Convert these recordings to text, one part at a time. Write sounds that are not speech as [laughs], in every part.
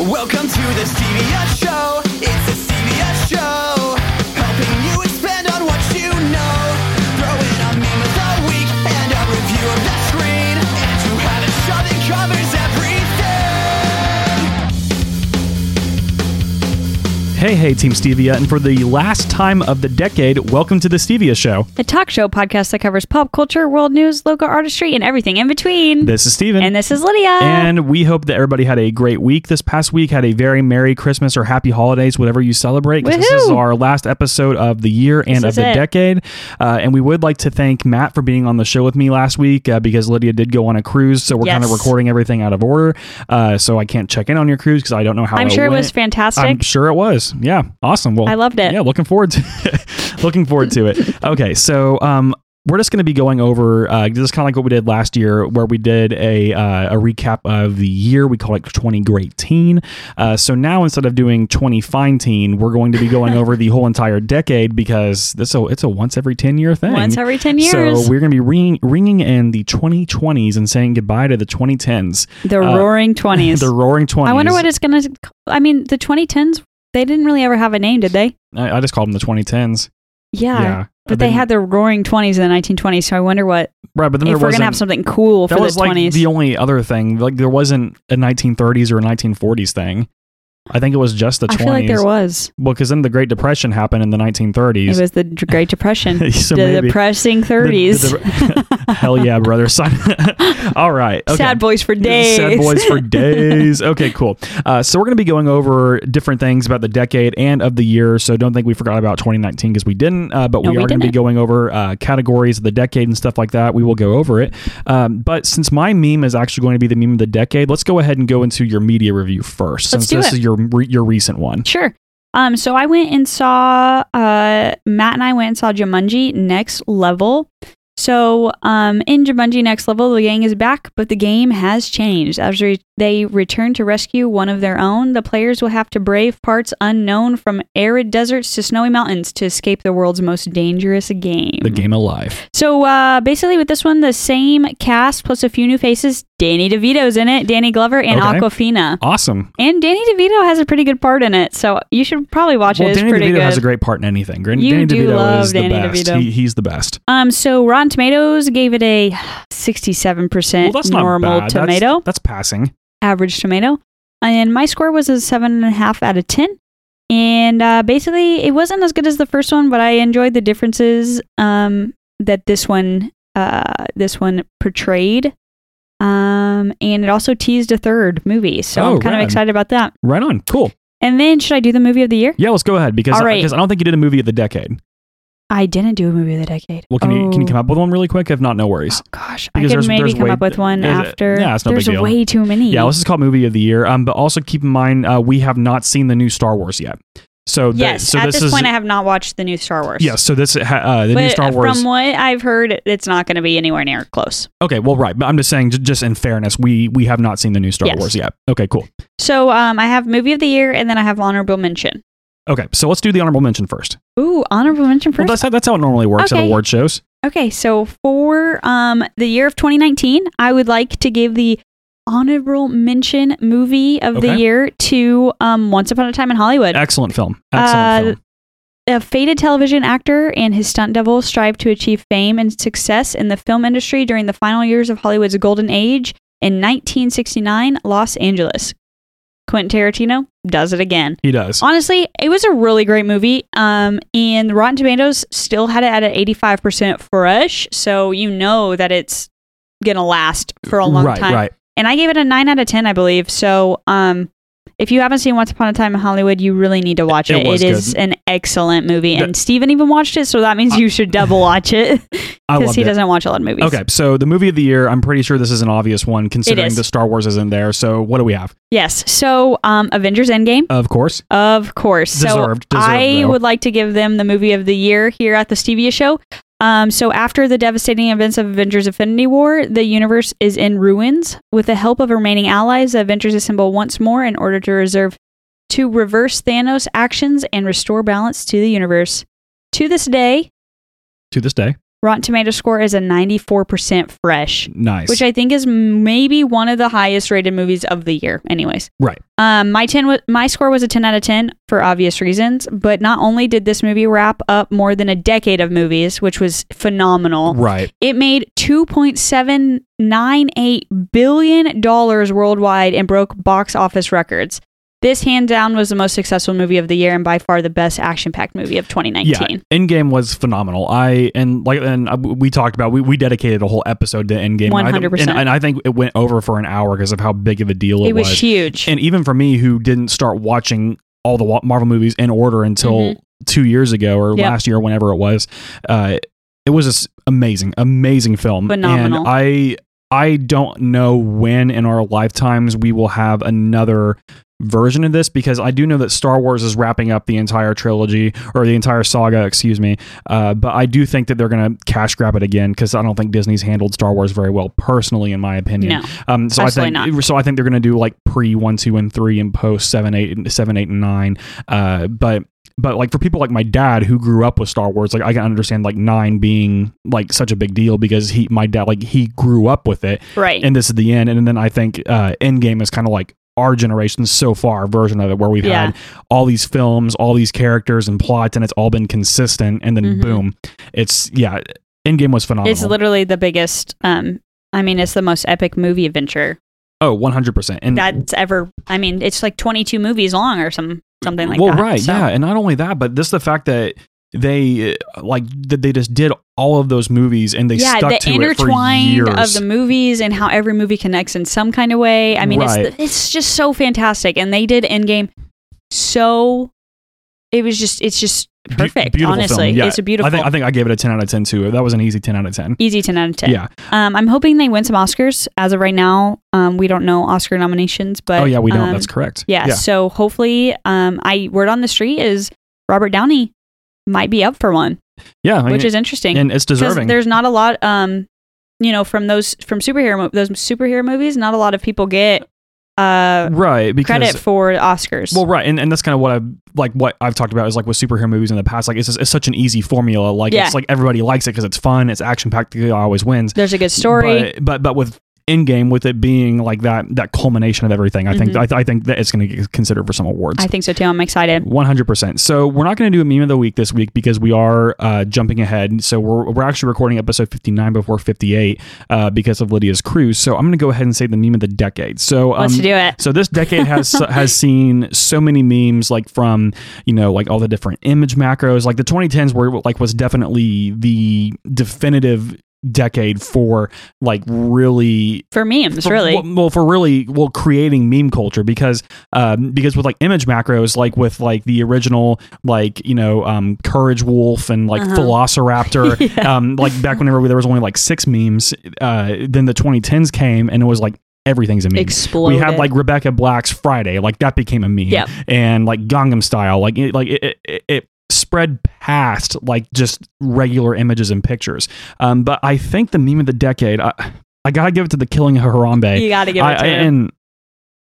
Welcome to the CBS show. It's a CBS show. Helping you expand on what you know. Throw in a meme of the week and a review of the screen. And you have a show that covers everything. Hey, hey, Team Stevia, and for the last time of the decade, welcome to the Stevia Show. the talk show podcast that covers pop culture, world news, local artistry, and everything in between. This is Steven. and uh, this is Lydia. And we hope that everybody had a great week this past week, had a very Merry Christmas or Happy Holidays, whatever you celebrate. 'cause This is Woohoo! our last episode of the year and of is the it. decade. Uh, and we would like to thank Matt for being on the show with me last week uh, because Lydia did go on a cruise. So we're kind of Yes. recording everything out of order. Uh, so I can't check in on your cruise because I don't know how I'm sure it went. was fantastic. I'm sure it was. Yeah. Awesome. Well, I loved it. Yeah, looking forward to [laughs] looking forward to it. Okay, so um we're just going to be going over uh, just kind of like what we did last year, where we did a uh, a recap of the year. We call it 20 Great Teen. Uh, so now instead of doing 20 Fine Teen, we're going to be [laughs] going over the whole entire decade because this a, it's a once every 10 year thing. Once every 10 years. So we're going to be ringing, ringing in the 2020s and saying goodbye to the 2010s, the uh, roaring [laughs] 20s. the Roaring 20s. I wonder what it's going to. I mean, the 2010s, they didn't really ever have a name, did they? I, I just called them the 2010s. Yeah. Yeah. But they Then- had the roaring 20s in the 1920s, so I wonder what. Right, but then there If we're going wasn't to have something cool for that the was like 20s. the only other thing. Like there wasn't a 1930s or a 1940s thing. I think it was just the I 20s. feel like there was. Well, because then the Great Depression happened in the 1930s. It was the D- Great Depression. [laughs] so the maybe- depressing 30s. The- the- [laughs] hell yeah, brother. Sign- All right. Okay. Sad boys for days. Sad boys [laughs] for days. Okay, cool. Uh, so we're going to be going over different things about the decade and of the year. So don't think we forgot about 2019 because we didn't. Uh, but No, we we are going to be didn't. going over uh, categories of the decade and stuff like that. We will go over it. Um, but since my meme is actually going to be the meme of the decade, let's go ahead and go into your media review first, since Let's do this is it. your re- your recent one. Sure. Um, so I went and saw uh, Matt and I went and saw Jumanji Next Level. So um, in Jumanji Next Level, the gang is back, but the game has changed. As re- they return to rescue one of their own, the players will have to brave parts unknown from arid deserts to snowy mountains to escape the world's most dangerous game. The game of life. So uh, basically, with this one, the same cast plus a few new faces. Danny DeVito's in it, Danny Glover, and Okay. Aquafina. Awesome. And Danny DeVito has a pretty good part in it, so you should probably watch it. well, It's Danny pretty DeVito good. has a great part in anything. Gran- You Danny do DeVito love is Danny the best. DeVito. He, he's the best. um, so Rotten Tomatoes gave it a sixty-seven Well, percent that's not normal bad. That's- tomato, that's passing. average tomato, and my score was a seven and a half out of ten. And uh, basically, it wasn't as good as the first one, but I enjoyed the differences um, that this one uh, this one portrayed. Um, and it also teased a third movie, so Oh, I'm kind rad. of excited about that. Right on. Cool. And then, should I do the movie of the year? Yeah, let's go ahead because All right. because I don't think you did a movie of the decade. I didn't do a movie of the decade. Well, can you can you Oh. come up with one really quick? If not, no worries. Oh gosh, Because I could there's- maybe there's come way- up with one there's- after. yeah, it's no big there's deal. way too many. Yeah, this is called movie of the year. Um, but also keep in mind uh, we have not seen the new Star Wars yet. So th- yes, so at this, this, is point, I have not watched the new Star Wars. yes. So this ha- uh, the but new Star Wars. from what I've heard, it's not going to be anywhere near close. okay, well, right. But I'm just saying, j- just in fairness, we we have not seen the new Star Yes. Wars yet. Okay, cool. So um, I have movie of the year, and then I have honorable mention. Okay, so let's do the honorable mention first. Ooh, honorable mention Well, first. that's how, that's how it normally works at Okay. award shows. okay, so for um, the year of 2019, I would like to give the honorable mention movie of the Okay. year to um, Once Upon a Time in Hollywood. Excellent film. Excellent Uh, film. A fated television actor and his stunt double strive to achieve fame and success in the film industry during the final years of Hollywood's golden age in 1969, Los Angeles. Quentin Tarantino does it again. He does. Honestly, it was a really great movie. Um, and Rotten Tomatoes still had it at an 85% fresh, so you know that it's gonna last for a long right, time right. and I gave it a nine out of ten, I believe. So, um, if you haven't seen Once Upon a Time in Hollywood, you really need to watch It it. was it is an excellent movie, and Steven even watched it, so that means you should double watch it [laughs] I because loved he it. doesn't watch a lot of movies. Okay, so the movie of the year, I'm pretty sure this is an obvious one considering is. the Star Wars isn't there. So what do we have? Yes. So, um, Avengers Endgame, Of course. of course. Deserved, so deserved, I though. would like to give them the movie of the year here at the Stevia Show. Um, so after the devastating events of Avengers Infinity War, the universe is in ruins. With the help of remaining allies, the Avengers assemble once more in order to reserve to reverse Thanos' actions and restore balance to the universe. To this day, To this day. Rotten Tomato score is a 94% fresh, Nice. which I think is maybe one of the highest rated movies of the year. Anyways, right. um, my ten, wa- my score was a 10 out of 10 for obvious reasons. But not only did this movie wrap up more than a decade of movies, which was phenomenal, Right. it made 2.798 billion dollars worldwide and broke box office records. This hands down was the most successful movie of the year and by far the best action-packed movie of 2019. Yeah, Endgame was phenomenal. I and like and uh, we talked about we, we dedicated a whole episode to Endgame. And I think- 100%. and, and I think it went over for an hour because of how big of a deal it, it was huge. And even for me, who didn't start watching all the wa- Marvel movies in order until Mhm. two years ago or Yep. last year, whenever it was, uh, it was just amazing, amazing film. Phenomenal. And I I don't know when in our lifetimes we will have another version of this because I do know that Star Wars is wrapping up the entire trilogy or the entire saga, excuse me. Uh, but I do think that they're going to cash grab it again because I don't think Disney's handled Star Wars very well, personally, in my opinion. no. Um, so I think Absolutely so I think they're going to do like pre one, two, and three, and post seven, eight, and seven, eight, and nine. Uh, but but like for people like my dad who grew up with Star Wars, like I can understand like nine being like such a big deal because he my dad like he grew up with it, Right. and this is the end. And then I think uh, Endgame is kind of like our generation's so far version of it where we've Yeah. had all these films, all these characters and plots, and it's all been consistent. And then Mhm. boom, it's yeah. Endgame was phenomenal. It's literally the biggest um I mean it's the most epic movie adventure oh, 100%. And that's ever I mean it's like 22 movies long or some something like well, that. right, So, yeah, and not only that, but this the fact that they uh, like that they just did all of those movies and they yeah, stuck the to it intertwined for of years. the movies and how every movie connects in some kind of way. I mean, Right. it's it's just so fantastic, and they did Endgame so. It was just, it's just Be- perfect. beautiful honestly, film, yeah. it's a beautiful, I think I think I gave it a ten out of ten too. That was an easy ten out of ten. easy ten out of ten. Yeah. Um, I'm hoping they win some Oscars. As of right now, um, we don't know Oscar nominations, but oh yeah, we don't. um, That's correct. yeah, So hopefully, um, I word on the street is Robert Downey might be up for one, yeah, yeah. I mean, which is interesting. and it's because deserving. There's not a lot, um, you know, from those from superhero mo- those superhero movies. Not a lot of people get uh, right because credit for Oscars. Well, right, and, and that's kind of what I've like what I've talked about is like with superhero movies in the past. Like it's just, it's such an easy formula. Like Yeah. it's like everybody likes it because it's fun, it's action packed, it always wins. there's a good story. But but, but with Endgame, with it being like that that culmination of everything, I think Mhm. I, I think that it's going to get considered for some awards. I think so too. I'm excited. 100%. So, we're not going to do a meme of the week this week because we are uh, jumping ahead. So, we're, we're actually recording episode 59 before 58 uh, because of Lydia's cruise. So, I'm going to go ahead and say the meme of the decade. So, um, Let's do it. so this decade has has seen so many memes, like from you know, like all the different image macros. Like the 2010s were like was definitely the definitive decade for like really For memes, for- really. well, well, for really well creating meme culture because um because with like image macros like with like the original like you know um courage wolf and like Uh-huh. velociraptor [laughs] Yeah. um like back whenever there was only like six memes uh then the 2010s came and it was like everything's a meme Exploded. we had like Rebecca Black's Friday, like that became a meme, Yep. and like Gangnam Style, like it, like it, it, it spread past like just regular images and pictures. Um, but I think the meme of the decade, I, I gotta give it to the Killing of Harambe. you got to give I, it to I- him. and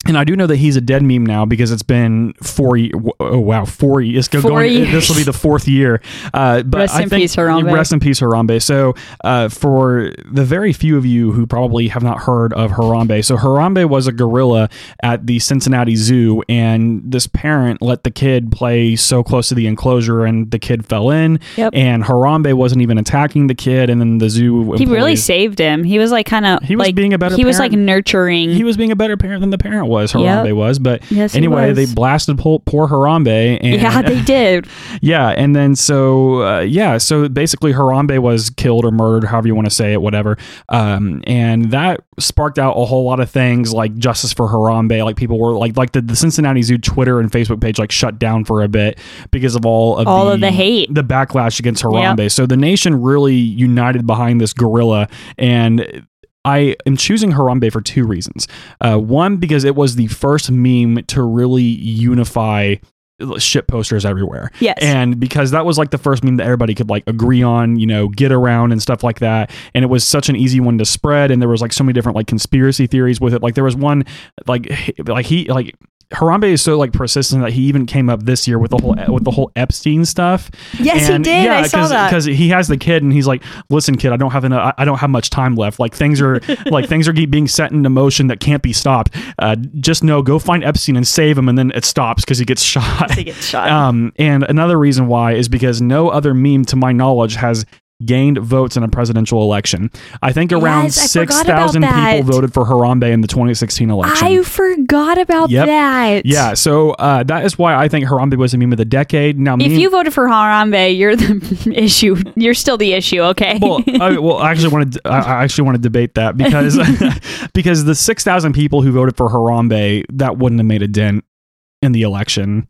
and I do know that he's a dead meme now because it's been four. ye- Oh wow, four years. Go, Four going, uh, years. This will be the fourth year. Uh, but Rest I in think, peace, Harambe. Rest in peace, Harambe. So uh, for the very few of you who probably have not heard of Harambe, so Harambe was a gorilla at the Cincinnati Zoo, and this parent let the kid play so close to the enclosure, and the kid fell in. Yep. And Harambe wasn't even attacking the kid, and then the zoo. He really employees- saved him. He was like kind of He was like, being a better He was like parent. nurturing. he was being a better parent than the parent was. Harambe Yep. was, but yes. he anyway, was. they blasted poor, poor Harambe, and [laughs] yeah, they did. [laughs] yeah, and then so uh, yeah, so basically Harambe was killed or murdered, however you want to say it, whatever, um, and that sparked out a whole lot of things like justice for Harambe. Like people were like like the, the Cincinnati Zoo Twitter and Facebook page like shut down for a bit because of all of All of the hate. the backlash against Harambe. So the nation really united behind this gorilla and. I am choosing Harambe for two reasons. Uh, one, because it was the first meme to really unify shit posters everywhere. Yes. And because that was like the first meme that everybody could like agree on, you know, get around and stuff like that. And it was such an easy one to spread. And there was like so many different like conspiracy theories with it. Like there was one like h- like he like Harambe is so like persistent that he even came up this year with the whole with the whole Epstein stuff. Yes, he did. I saw that. because he has the kid and he's like, "Listen, kid, I don't have enough. I I don't have much time left. Like things [laughs] are like things are being set into motion that can't be stopped. Uh, just know, go find Epstein and save him, and then it stops because he gets [laughs] shot. He gets shot. Um, and another reason why is because no other meme, to my knowledge, has gained votes in a presidential election. I think around Yes, I forgot about 6,000 people that. voted for Harambe in the 2016 election. I forgot about Yep. that. yeah, so uh, that is why I think Harambe was a meme of the decade. Now, If meme- you voted for Harambe, you're the [laughs] issue. You're still the issue, okay? [laughs] well, I, well, I actually want to. I I actually want to debate that because [laughs] because the six thousand people who voted for Harambe that wouldn't have made a dent in the election.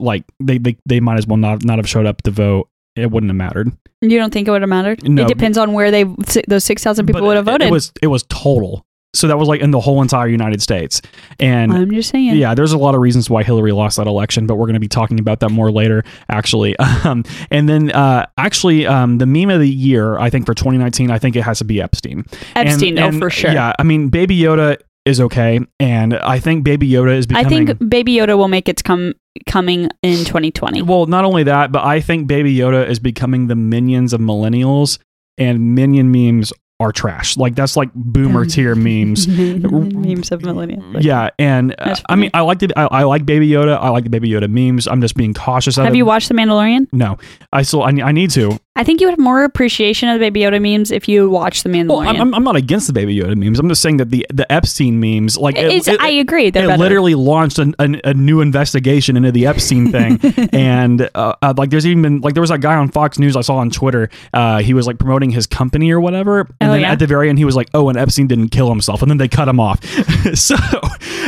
Like they they, they might as well not not have showed up to vote. It wouldn't have mattered. you don't think it would have mattered? No. It depends on where they those 6,000 people But would have it- voted. It was it was total. So that was like in the whole entire United States. And I'm just saying. yeah, there's a lot of reasons why Hillary lost that election, but we're going to be talking about that more later, actually. [laughs] Um, and then, uh, actually, um, the meme of the year, I think for 2019, I think it has to be Epstein. And- Epstein, oh, and, for sure. Yeah, I mean, Baby Yoda is okay, and I think Baby Yoda is I becoming. think Baby Yoda will make its come coming in 2020. [laughs] Well, not only that, but I think Baby Yoda is becoming the minions of millennials, and minion memes are trash. Like that's like boomer tier [laughs] memes. [laughs] Memes of millennials. yeah, and uh, That's I mean, I like the I, I like Baby Yoda. I like the Baby Yoda memes. I'm just being cautious. of Have it. you watched The Mandalorian? No, I still I, ne- I need to. I think you would have more appreciation of the Baby Yoda memes if you watched The Mandalorian. Well, I'm, I'm- I'm not against the Baby Yoda memes. I'm just saying that the the Epstein memes like it- it's, it- I agree. They're it better. literally launched an, an, a new investigation into the Epstein [laughs] thing, and uh, uh, like there's even been like there was that guy on Fox News I saw on Twitter. Uh, he was like promoting his company or whatever, and Oh, then yeah? at the very end he was like, "Oh, and Epstein didn't kill himself," and then they cut him off. [laughs] so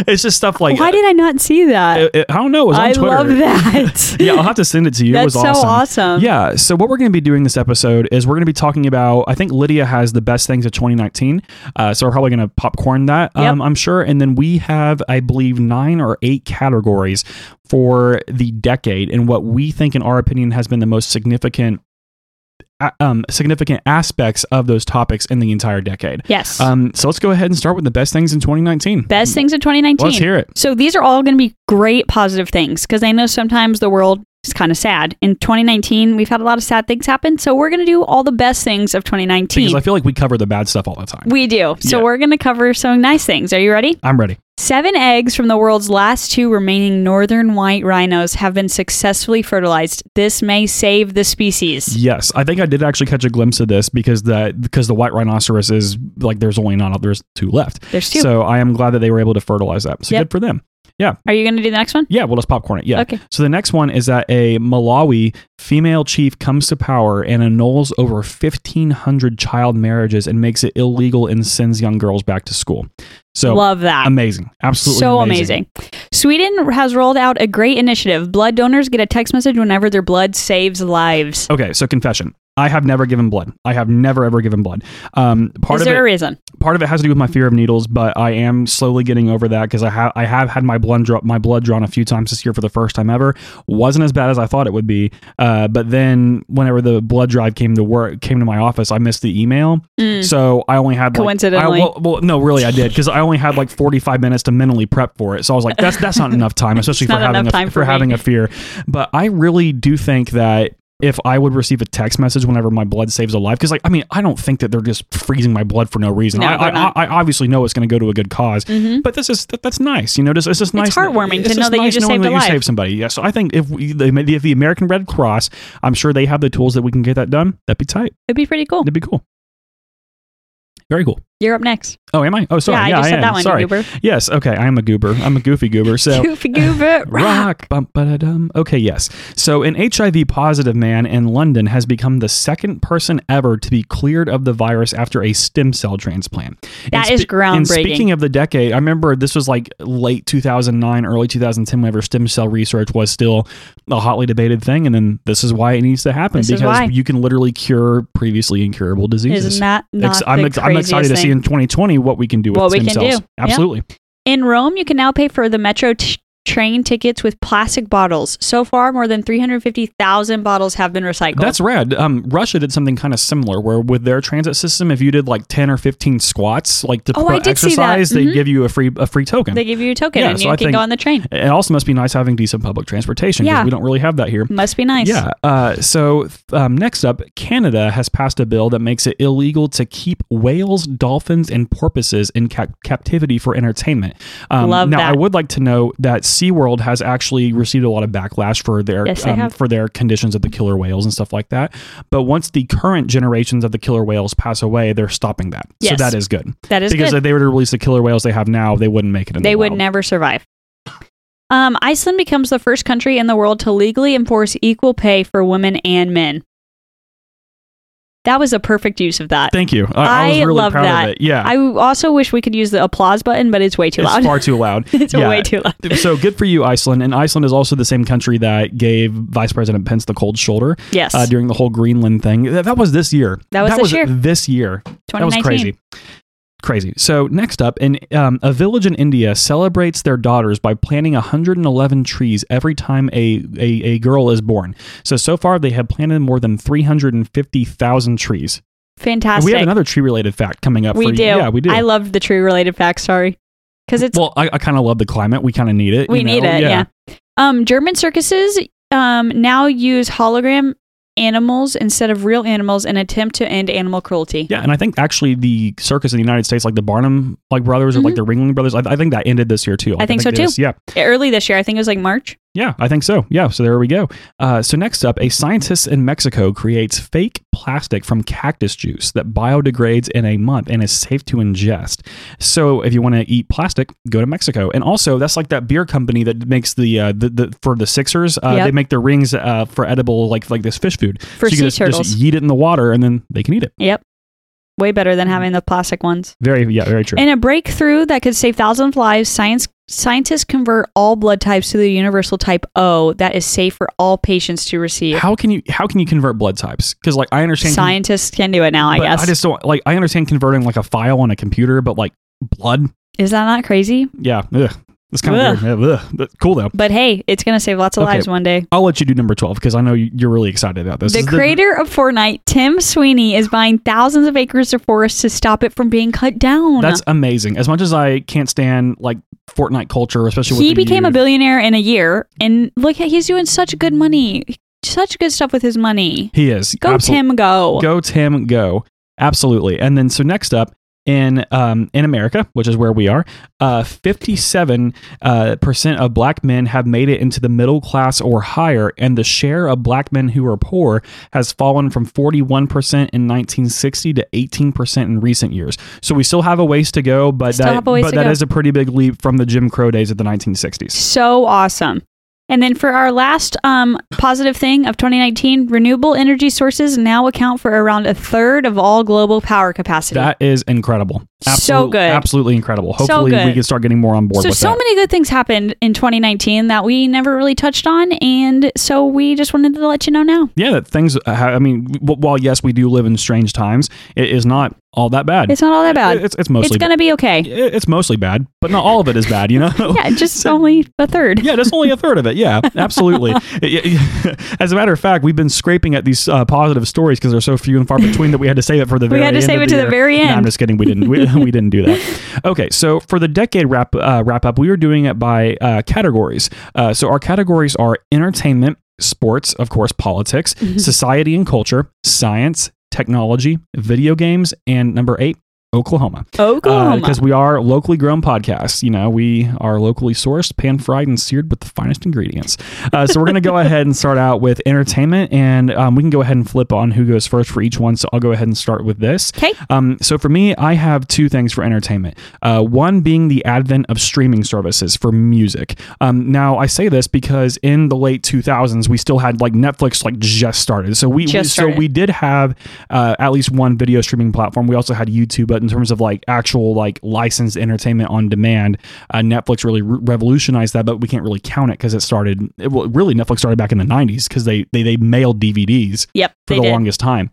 it's just stuff like Why did I not see that? I, I don't know. It was on I Twitter. love that. [laughs] yeah, I'll have to send it to you. it [laughs] was That's so awesome. Yeah. So what we're going to be doing this episode is we're going to be talking about. I think Lydia has the best things of 2019. Uh, so we're probably going to popcorn that. Yep. Um, I'm sure. And then we have, I believe, nine or eight categories for the decade and what we think, in our opinion, has been the most significant. a- Um, significant aspects of those topics in the entire decade. Yes. Um, so let's go ahead and start with the best things in 2019. Best things of 2019. Let's hear it. So these are all going to be great positive things because I know sometimes the world is kind of sad. In 2019, we've had a lot of sad things happen. So we're going to do all the best things of Because 2019. I feel like we cover the bad stuff all the time. we do. So Yeah. we're going to cover some nice things. Are you ready? I'm ready. Seven eggs from the world's last two remaining northern white rhinos have been successfully fertilized. This may save the species. Yes, I think I did actually catch a glimpse of this because the because the white rhinoceros is like there's only not there's two left. There's two. So I am glad that they were able to fertilize that. So Yep. good for them. Are you going to do the next one? Yeah, well, let's popcorn it. Yeah. Okay. So the next one is that a Malawi female chief comes to power and annuls over 1,500 child marriages and makes it illegal and sends young girls back to school. So Love that. amazing, absolutely so amazing. Sweden has rolled out a great initiative. Blood donors get a text message whenever their blood saves lives. Okay, so confession. I have never given blood. I have never ever given blood. Um, part Is of there it, a reason? part of it has to do with my fear of needles, but I am slowly getting over that because I have I have had my blood draw- my blood drawn a few times this year for the first time ever. wasn't as bad as I thought it would be, uh, but then whenever the blood drive came to work came to my office, I missed the email, so I only had like, Mm. Coincidentally. I, well, well, no, really, I did because I only had like forty five minutes to mentally prep for it. So I was like, that's that's not enough time, especially It's for not having enough a, time for for me. having a fear. But I really do think that if I would receive a text message whenever my blood saves a life, because like I mean, I don't think that they're just freezing my blood for no reason. No, I, they're I, not. Mm-hmm. I I obviously know it's going to go to a good because, but this is that, that's nice. You know, just, it's just nice. heartwarming to it's know that you nice just knowing saved that a you life. saved somebody. Yeah. So I think if we, the, if the American Red Cross, I'm sure they have the tools that we can get that done. That'd be tight. It'd be pretty cool. That'd be cool. Very cool. You're up next. Oh, am I? Oh, sorry. yeah, I Yeah, just said am. that one. Sorry. Goober. Yes. Okay. I am a goober. I'm a goofy goober. [laughs] So [laughs] Goofy goober. Rock. rock. Bum, ba-da-dum. Okay, yes. So, an HIV positive man in London has become the second person ever to be cleared of the virus after a stem cell transplant. That That is is groundbreaking. And speaking of the decade, I remember this was like late 2009, early 2010, whenever stem cell research was still a hotly debated thing. And then this is why it needs to happen This is because why. you can literally cure previously incurable diseases. Isn't that not Ex- the I'm, ex- I'm craziest excited to see thing? in 2020 what we can do with What we stem can cells. do. Yeah. Absolutely. In Rome, you can now pay for the metro t- train tickets with plastic bottles. So far, more than 350,000 bottles have been recycled. That's rad. Um, Russia did something kind of similar where with their transit system, if you did like 10 or 15 squats, like to Oh, pro- I did see that. exercise, they Mhm. give you a free, a free token. they give you a token Yeah, and so you I can think- go on the train. it also must be nice having decent public transportation because Yeah. we don't really have that here. Must be nice. Yeah. Uh, so th- um, next up, Canada has passed a bill that makes it illegal to keep whales, dolphins, and porpoises in cap- captivity for entertainment. Um, Love now, that. I would like to know that SeaWorld has actually received a lot of backlash for their um, Yes, they have. for their conditions of the killer whales and stuff like that. But once the current generations of the killer whales pass away, they're stopping that. Yes. So that is good That is because good. if they were to release the killer whales they have now, they wouldn't make it. In they the would wild. never survive. Um, Iceland becomes the first country in the world to legally enforce equal pay for women and men. That was a perfect use of that. Thank you. I, I was I really love proud that. of it. Yeah. I also wish we could use the applause button, but it's way too it's loud. far too loud. [laughs] it's yeah. way too loud. so good for you, Iceland. And Iceland is also the same country that gave Vice President Pence the cold shoulder [laughs] Yes. uh, during the whole Greenland thing. That, that was this year. That was this year. This year. That was 2019. crazy. Crazy. So next up, in um, a village in India celebrates their daughters by planting 111 trees every time a, a a girl is born. So so far they have planted more than 350,000 trees. And Fantastic. we have another tree related fact coming up. We for you. do. Yeah, we do. I loved the tree related facts. Sorry, because it's well, I, I kind of love the climate. We kind of need it. we you know? need it. Yeah. Um, German circuses um now use hologram animals instead of real animals in attempt to end animal cruelty. Yeah, and I think actually the circus in the United States, like the Barnum like brothers or like the Ringling brothers, I, I think that ended this year too. Like, Mm-hmm. think so, this- Yeah, Early this year, I think it was like March. yeah, I think so. Yeah, so there we go. Uh, so next up, a scientist in Mexico creates fake plastic from cactus juice that biodegrades in a month and is safe to ingest. So if you want to eat plastic, go to Mexico. And also, that's like that beer company that makes the uh, the, the for the Sixers, uh, Yep. they make the rings uh, for edible like like this fish food For so you sea can just, turtles. Just eat it in the water and then they can eat it. Yep. Way better Mm-hmm. than having the plastic ones. Very yeah, very true. In a breakthrough that could save thousands of lives, science scientists convert all blood types to the universal type O that is safe for all patients to receive. how can you how can you convert blood types? Because like I understand Scientists can do it now, I but guess. I just don't like I understand converting like a file on a computer, but like blood, is that not crazy? yeah, ugh. it's kind of Ugh. weird. Yeah, ugh. But cool though. But hey, it's going to save lots of Okay. lives one day. I'll let you do number twelve because I know you- you're really excited about this. This The is creator of Fortnite, Tim Sweeney, is buying thousands of acres of forest to stop it from being cut down. that's amazing. As much as I can't stand like Fortnite culture, especially he with the became a youth, billionaire in a year, and look, he's doing such good money, such good stuff with his money. He is Go, absolute- Tim, go. Go Tim, go. Absolutely. And then so next up in um, in America, which is where we are, uh, 57 uh, percent of black men have made it into the middle class or higher, and the share of black men who are poor has fallen from 41 percent in 1960 to 18 percent in recent years. So we still have a ways to go, but Still that have a ways but to that go. is a pretty big leap from the Jim Crow days of the 1960s. So awesome. And then for our last um, positive thing of 2019, renewable energy sources now account for around a third of all global power capacity. That is incredible. So Absolute- good. Absolutely incredible. Hopefully we good. can start getting more on board so with so that. many good things happened in 2019 that we never really touched on, and so we just wanted to let you know now. yeah, that things. uh, I mean, w- while yes, we do live in strange times, it is not all that bad. It's not all that bad. It's it's mostly it's gonna be okay. it- it's mostly bad, but not all of it is bad. You know. [laughs] Yeah, just only a third. Yeah, that's only a third of it. [laughs] Yeah, absolutely. Yeah, yeah. [laughs] As a matter of fact, we've been scraping at these uh, positive stories because they're so few and far between that we had to save it for the [laughs] We very had to end save of it to the year. very No, I'm end. just kidding. We didn't. We, [laughs] we didn't do that. Okay, so for the decade wrap uh, wrap up, we were doing it by uh, categories. Uh, so our categories are entertainment, sports, of course, politics, Mm-hmm. society and culture, science, technology, video games, and number eight, Oklahoma Oh, Oklahoma. because Uh, we are locally grown podcasts. You know, we are locally sourced, pan fried, and seared with the finest ingredients. Uh, so we're going to go ahead and start out with entertainment, and um, we can go ahead and flip on who goes first for each one. So I'll go ahead and start with this. 'Kay. Um, so for me, I have two things for entertainment. Uh, one being the advent of streaming services for music. Um, now I say this because in the late 2000s, we still had like Netflix like just started. So we, we- Just so started. we did have uh, at least one video streaming platform. We also had YouTube, but in terms of like actual like licensed entertainment on demand, uh, Netflix really re- revolutionized that. But we can't really count it because it started. It, well, really, Netflix started back in the 90s because they, they they mailed DVDs yep, for they the did. longest time.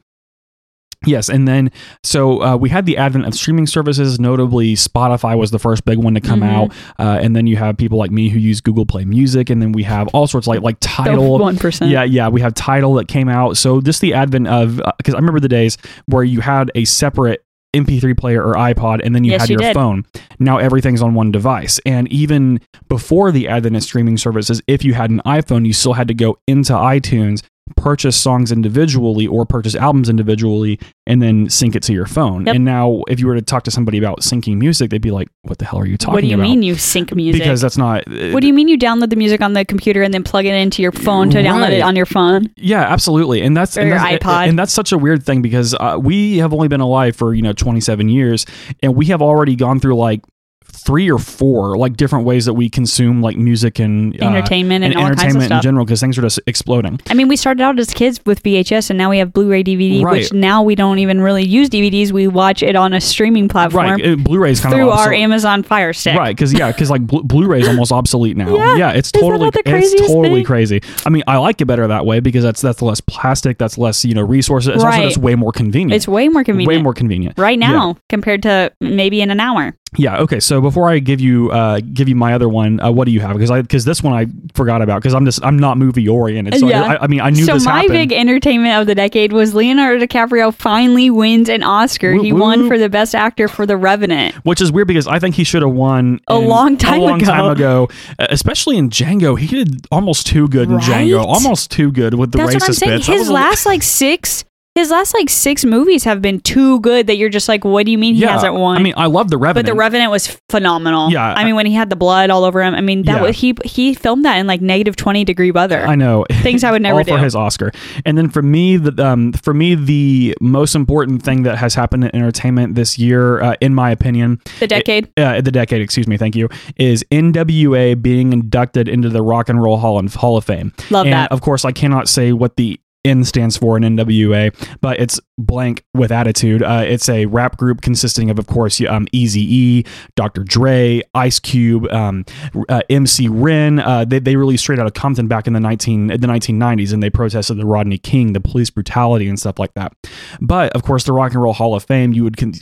Yes, and then so uh, we had the advent of streaming services. Notably, Spotify was the first big one to come Mhm. out, uh, and then you have people like me who use Google Play Music, and then we have all sorts like like Tidal. One percent. Yeah, yeah, we have Tidal that came out. So this the advent of because I remember the days where you had a separate MP3 player or iPod, and then you Yes, had you your did. phone. Now everything's on one device, and even before the advent of streaming services, if you had an iPhone, you still had to go into iTunes, purchase songs individually, or purchase albums individually, and then sync it to your phone. Yep. And now, if you were to talk to somebody about syncing music, they'd be like, "What the hell are you talking What do you about?" mean you sync music? Because that's not. uh, what do you mean you download the music on the computer and then plug it into your phone to download Right. it on your phone? Yeah, absolutely, and that's Or and your that's, iPod. and that's such a weird thing because uh, we have only been alive for you know 27 years, and we have already gone through like three or four like different ways that we consume like music and uh, entertainment and, all kinds of entertainment in stuff. general because things are just exploding. I mean, we started out as kids with VHS, and now we have Blu-ray DVD, Right. which now we don't even really use DVDs. We watch it on a streaming platform Right, uh, Blu-ray's kind through of our obsolete. Amazon Fire Stick. Right, because yeah, because like Blu- Blu-ray's almost obsolete now. Yeah, it's isn't totally that the it's craziest totally thing? crazy. I mean, I like it better that way because that's that's less plastic, that's less you know resources. It's also Right. just way more convenient. It's way more convenient. way more convenient. right Yeah. now compared to maybe in an hour. Yeah. Okay. So before I give you uh, give you my other one, uh, what do you have? Because I because this one I forgot about because I'm just I'm not movie oriented. So Yeah. I, I mean I knew so this my happened. big entertainment of the decade was Leonardo DiCaprio finally wins an Oscar. Whoop, he won whoop. for the best actor for The Revenant. which is weird because I think he should have won A in- long time a long ago. time ago, uh, especially in Django. He did almost too good in Right? Django, almost too good with the That's racist what I'm saying. bits. That was His a- last like six, his last like six movies have been too good that you're just like, what do you mean he yeah, hasn't won? I mean, I love the but Revenant. The Revenant was phenomenal. Yeah, I mean, when he had the blood all over him, I mean that Yeah. was, he he filmed that in like negative twenty degree weather. I know [laughs] Things I would never All for do. his Oscar. And then for me, the um, for me the most important thing that has happened in entertainment this year, uh, in my opinion, the decade. uh, the decade, excuse me, thank you, is NWA being inducted into the Rock and Roll Hall, and Hall of Fame. Love and that. Of course, I cannot say what the N stands for in NWA, but it's blank with attitude. Uh, it's a rap group consisting of, of course, um, Easy E, Dr. Dre, Ice Cube, um, uh, MC Ren. Uh, they, they released straight out of Compton back in the nineteen in the nineteen nineties, and they protested the Rodney King, the police brutality, and stuff like that. But of course, the Rock and Roll Hall of Fame, you would con-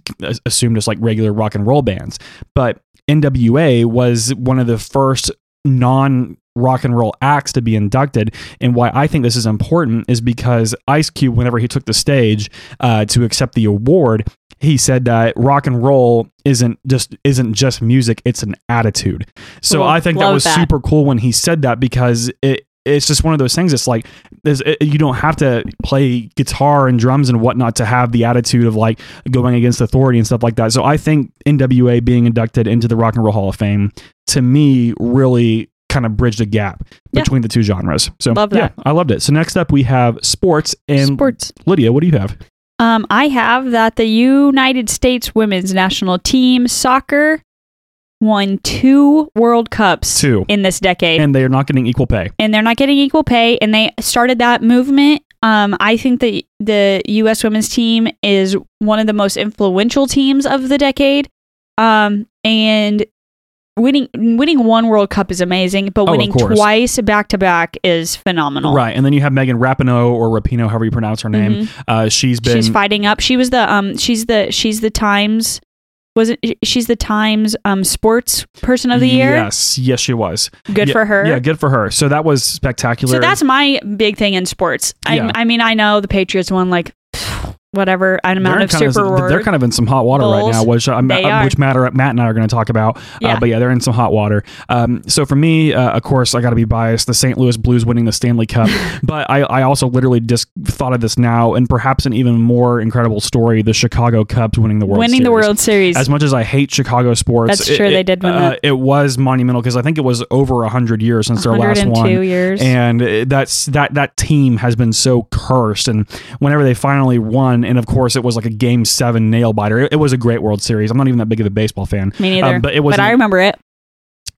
assume just like regular rock and roll bands, but NWA was one of the first non rock and roll acts to be inducted and why i think this is important is because ice cube whenever he took the stage uh, to accept the award he said that rock and roll isn't just isn't just music it's an attitude so Cool. i think that Love was that. super cool when he said that because it it's just one of those things it's like there's, it, you don't have to play guitar and drums and whatnot to have the attitude of like going against authority and stuff like that so i think nwa being inducted into the rock and roll hall of fame to me really kind of bridged a gap Yeah. between the two genres so Love that. yeah i loved it so next up we have sports and Sports. lydia what do you have Um, I have that the United States women's national team soccer won two World Cups Two. in this decade. and they are not getting equal pay and they're not getting equal pay and they started that movement um, i think that the us women's team is one of the most influential teams of the decade um, and winning winning one world cup is amazing but Oh, of winning course. twice back to back is phenomenal Mm-hmm. Right, and then you have Megan Rapinoe or Rapinoe, however you pronounce her name. Uh, she's been she's fighting up she was the um she's the she's the times wasn't she's the times um sports person of the year Yes, yes, she was. good Yeah, for her Yeah, good for her. So that was spectacular. So that's my big thing in sports. I, Yeah. I mean, I know the Patriots won like [sighs] whatever an amount they're of kind super of, they're kind of in some hot water right Bulls. now, which I'm, They I'm- are. which matter Matt and I are going to talk about. Uh, Yeah. but yeah, they're in some hot water. Um, so for me, uh, of course, I got to be biased. The St. Louis Blues winning the Stanley [laughs] Cup, but I, I also literally just thought of this now, and perhaps an even more incredible story: the Chicago Cubs winning the World winning Series. the World Series. As much as I hate Chicago sports, That's true, they did win that. It was monumental because I think it was over hundred years since their last 102 one. years. And uh, that's that that team has been so cursed. And whenever they finally won, and of course it was like a game seven nail biter. uh, It, it was a great World Series. I'm not even that big of a baseball fan. Me neither. Um, but it was I remember it.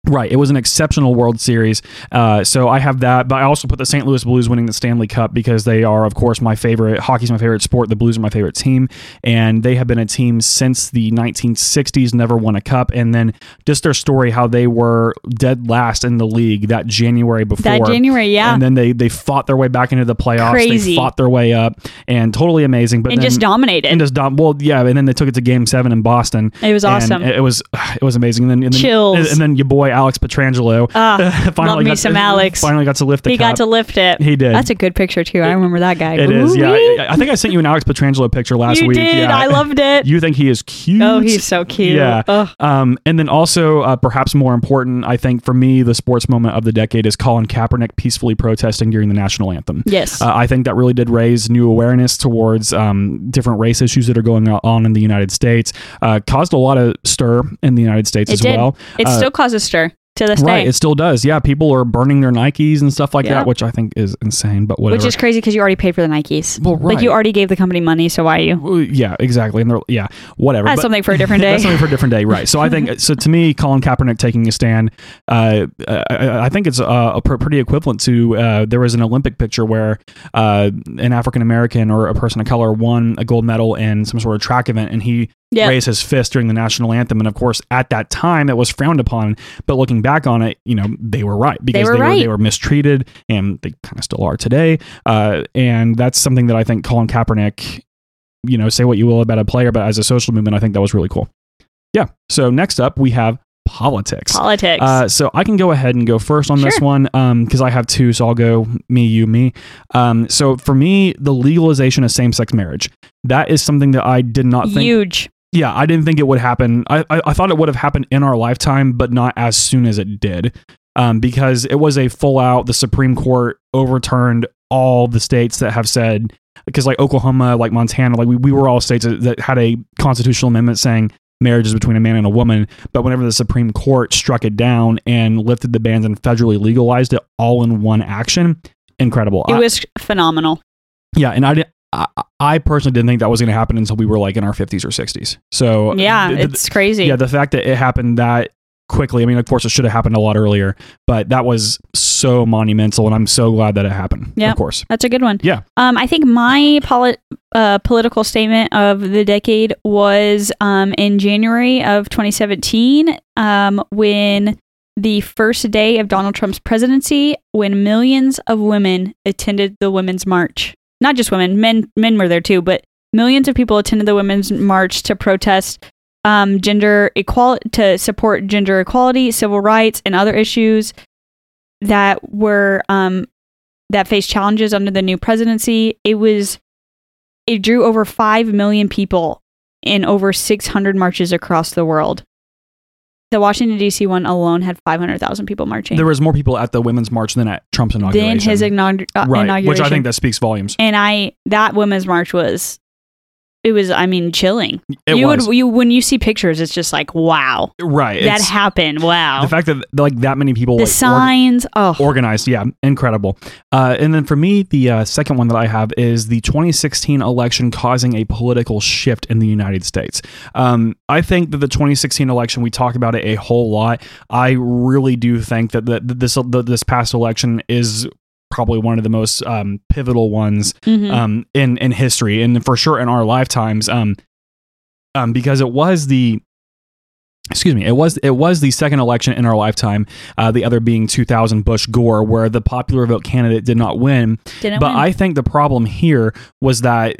Right. It was an exceptional World Series. Uh, so I have that, but I also put the St. Louis Blues winning the Stanley Cup because they are, of course, my favorite. Hockey's my favorite sport. The Blues are my favorite team. And they have been a team since the 1960s, never won a cup. And then just their story, how they were dead last in the league that January before. That January, yeah. And And, then they, they fought their way back into the playoffs. They Crazy. fought their way up and totally amazing. But then, just dominated. And just dom- well, yeah, and then they took it to Game Seven in Boston. It was and awesome. It, it was [sighs] it was amazing. And then, and then Chills. And then your boy Alex Petrangelo [laughs] Ah, love me got, some Alex. Finally got to lift the he cup. got to lift it. He did. That's a good picture too. I remember that guy. It is, yeah. Ooh-wee. I, I think I sent you an Alex Petrangelo picture last you week. did. Yeah. I loved [laughs] it. You think he is cute? Oh, he's so cute. Yeah. Ugh. Um, and then also, uh, perhaps more important, I think for me, the sports moment of the decade is Colin Kaepernick peacefully protesting during the national anthem. Yes. Uh, I think that really did raise new awareness towards um, different race issues that are going on in the United States. Uh, caused a lot of stir in the United States it as did. well. it Uh, still causes stir to this Right, day, it still does. Yeah, people are burning their Nikes and stuff like Yeah. that, which I think is insane. But whatever. which is crazy because you already paid for the Nikes. Well, Like you right. already gave the company money, so why you? Well, yeah, exactly. And they're yeah, whatever. That's But- something for [laughs] a different day. That's something for a different day, right? So I think so. To me, Colin Kaepernick taking a stand, uh, I- I, I think it's uh, a pr- pretty equivalent to uh, there was an Olympic picture where uh, an African American or a person of color won a gold medal in some sort of track event, and he Yeah. raised his fist during the national anthem. And of course, at that time, it was frowned upon. But looking back on it, you know, they were right because were Were, right. they were mistreated, and they kind of still are today. Uh, and that's something that I think Colin Kaepernick you know, say what you will about a player, but as a social movement, I think that was really cool. Yeah. So next up, we have politics. Politics. Uh, so I can go ahead and go first on this Sure. one because I have two, so I'll go me, you, me. Um, so for me, the legalization of same-sex marriage that is something that I did not think. Huge. yeah, I didn't think it would happen. I, I, I thought it would have happened in our lifetime, but not as soon as it did, um, because it was a full-out. The Supreme Court overturned all the states that have said because like Oklahoma, like Montana, like we, we were all states that that had a constitutional amendment saying marriage is between a man and a woman. But whenever the Supreme Court struck it down and lifted the bans and federally legalized it all in one action, incredible. It I- was phenomenal. yeah, and I didn't. I, I personally didn't think that was going to happen until we were like in our 50s or 60s. So Yeah, th- th- it's crazy. yeah, the fact that it happened that quickly. I mean, of course, it should have happened a lot earlier, but that was so monumental, and I'm so glad that it happened. Yep. of course. That's a good one. Yeah. Um, I think my poli- uh, political statement of the decade was um, in January of 2017 um, when the first day of Donald Trump's presidency, when millions of women attended the Women's March. Not just women, men, men were there too, but millions of people attended the Women's March to protest um, gender equality, to support gender equality, civil rights, and other issues that were um, that faced challenges under the new presidency. It was it drew over 5 million people in over 600 marches across the world. The Washington D.C. one alone had 500,000 people marching. There was more people at the Women's March than at Trump's inauguration. Then his inaug- uh, right, inauguration, which I think that speaks volumes. and I that women's march was it was I mean chilling. It you was would you when you see pictures, it's just like wow, right. that It's- happened. Wow, the fact that like that many people the like, org- signs. oh, organized yeah incredible uh, and then for me the uh, second one that i have is the 2016 election causing a political shift in the united states um, i think that the 2016 election we talk about it a whole lot i really do think that, that that this that this past election is probably one of the most um, pivotal ones mhm. um, in in history and for sure in our lifetimes um, um, because it was the excuse me it was it was the second election in our lifetime uh, the other being 2000 Bush Gore where the popular vote candidate did not win Didn't but win. I think the problem here was that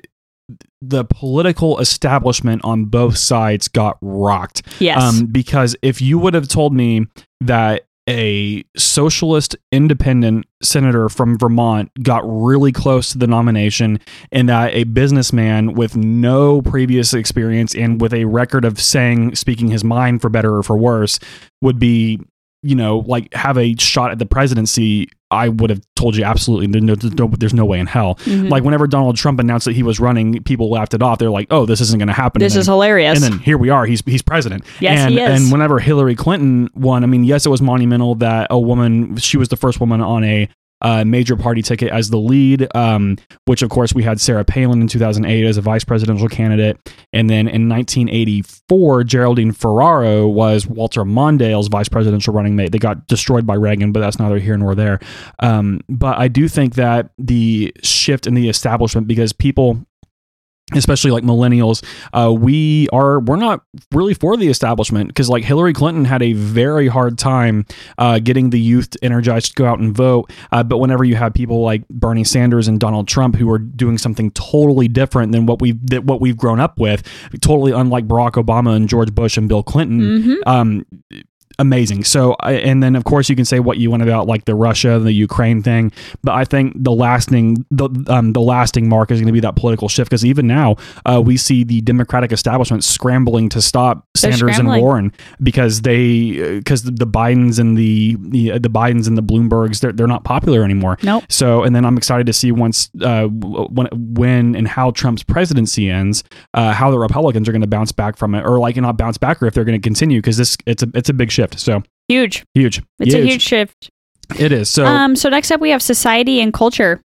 the political establishment on both sides got rocked yes, um, because if you would have told me that a socialist independent senator from Vermont got really close to the nomination and that a businessman with no previous experience and with a record of saying, speaking his mind for better or for worse, would be, you know, like have a shot at the presidency, I would have told you absolutely no, no, there's no way in hell. Mhm. Like whenever Donald Trump announced that he was running, people laughed it off. They're like, oh, this isn't going to happen. this And is then- hilarious. and then here we are. He's he's president. Yes, and, he is. And whenever Hillary Clinton won, I mean, yes, it was monumental that a woman. She was the first woman on a uh, major party ticket as the lead, um, which of course we had Sarah Palin in 2008 as a vice presidential candidate. And then in 1984, Geraldine Ferraro was Walter Mondale's vice presidential running mate. They got destroyed by Reagan, but that's neither here nor there. Um, but I do think that the shift in the establishment, because people especially like millennials uh, we are we're not really for the establishment because like hillary clinton had a very hard time uh, getting the youth energized to go out and vote uh, but whenever you have people like bernie sanders and donald trump who are doing something totally different than what we've that what we've grown up with totally unlike barack obama and george bush and bill clinton um, amazing. So, I- and then of course you can say what you want about like the Russia and the Ukraine thing, but I think the lasting the um, the lasting mark is going to be that political shift because even now uh, we see the Democratic establishment scrambling to stop They're Sanders and scrambling. Warren because they because the Bidens and the, the the Bidens and the Bloombergs they're they're not popular anymore. Nope. So, and then I'm excited to see once uh, w- when when and how Trump's presidency ends, uh, how the Republicans are going to bounce back from it, or like not bounce back, or if they're going to continue because this it's a it's a big shift. So Huge. huge, It's a huge shift. It is. So um, so next up we have society and culture.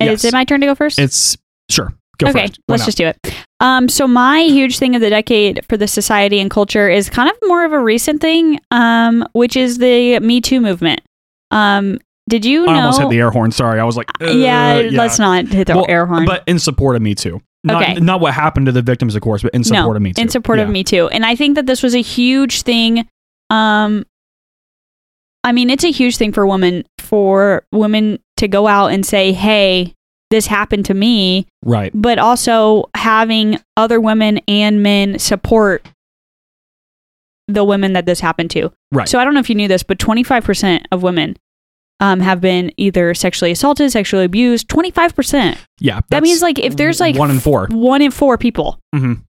yes, Is it my turn to go first? it's sure. Go okay, first. Why let's not? just do it. Um, so my huge thing of the decade for the society and culture is kind of more of a recent thing, um, which is the Me Too movement. Um, did you I know? almost hit the air horn. Sorry, I was like, uh, yeah, let's not hit the Well, air horn. But in support of Me Too. Not, Okay. not what happened to the victims, of course, but in support of Me Too. in support of Yeah. me too and i think that this was a huge thing um i mean it's a huge thing for women for women to go out and say hey this happened to me Right. but also having other women and men support the women that this happened to Right. so i don't know if you knew this but 25% of women um, have been either sexually assaulted sexually abused 25% Yeah. that that's means like if there's like one in four. one in four people Mhm.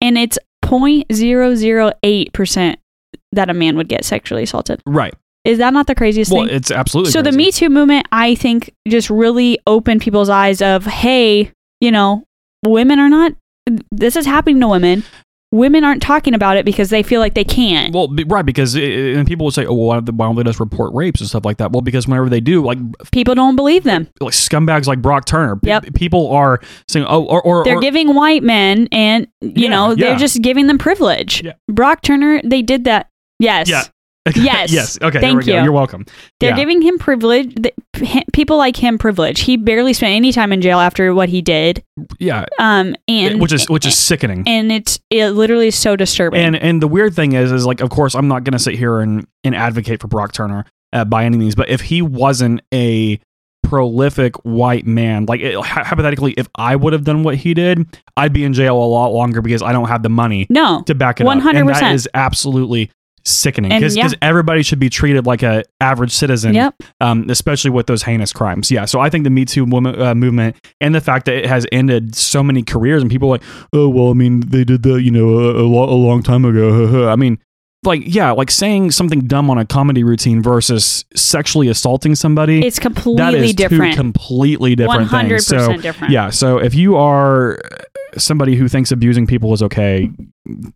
and it's 0.008% that a man would get sexually assaulted. Right. Is that not the craziest Well, thing? it's absolutely So the crazy. Me Too movement, I think, just really opened people's eyes of, hey, you know, women are not, this is happening to women. Women aren't talking about it because they feel like they can't. Well, be- right, because i i- and people will say, "Oh, well, why don't they- why don't they just report rapes and stuff like that?" Well, because whenever they do, like People don't believe them. like scumbags like Brock Turner, p- Yep. people are saying, "Oh, or or, They're or- giving white men and, you Yeah, know, they're yeah. just giving them privilege. Yeah. Brock Turner, they did that. Yes. Yeah. [laughs] Yes. yes, okay, there Thank we go. you. You're welcome. They're Yeah. giving him privilege. th- hi- People like him privilege. He barely spent any time in jail after what he did. Yeah, Um, and which is which is sickening. and it's it literally is so disturbing. And and the weird thing is, is like, of course, I'm not going to sit here and and advocate for Brock Turner uh, by any means, but if he wasn't a prolific white man, like it, hy- hypothetically, if I would have done what he did, I'd be in jail a lot longer because I don't have the money no, to back it up. And that 100%. is absolutely sickening And because yeah. everybody should be treated like a average citizen, yep, um, especially with those heinous crimes. Yeah. So I think the Me Too woman, uh, movement and the fact that it has ended so many careers and people are like, oh, well, I mean, they did that, you know, a, a, lo- a long time ago. [laughs] I mean, like, yeah, like saying something dumb on a comedy routine versus sexually assaulting somebody. it's that completely is different. two completely One different hundred things. So percent different. yeah. So if you are somebody who thinks abusing people is okay,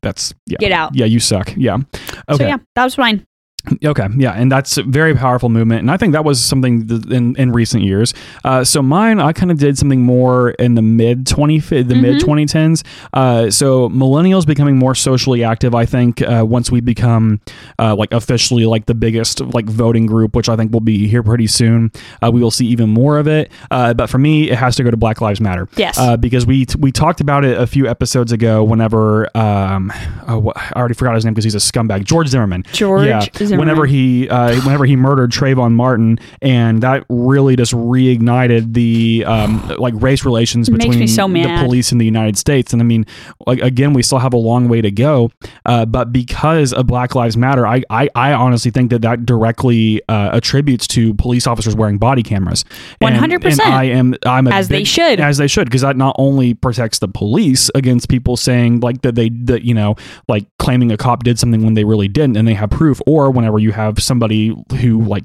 that's yeah. Get out. Yeah, you suck. Yeah. So Okay. yeah, that was mine. [laughs] Okay. Yeah. And that's a very powerful movement. And I think that was something th- in, in recent years. Uh, so mine, I kind of did something more in the mid 20, the mid 2010s. Uh, so millennials becoming more socially active, I think, uh, once we become uh, like officially like the biggest like voting group, which I think will be here pretty soon. Uh, we will see even more of it. Uh, but for me, it has to go to Black Lives Matter. Yes. Uh, because we we talked about it a few episodes ago. Whenever um, oh, wha- I already forgot his name because he's a scumbag. George Zimmerman. George Zimmerman. Whenever he uh, whenever he murdered Trayvon Martin, and that really just reignited the um, like race relations Makes me between so the mad. police in the United States. And I mean, like again, we still have a long way to go. Uh, but because of Black Lives Matter, I I, I honestly think that that directly uh, attributes to police officers wearing body cameras. And- and 100%. I am I'm a As they big- should. as they should because that not only protects the police against people saying like that they that you know like claiming a cop did something when they really didn't and they have proof or whenever you have somebody who like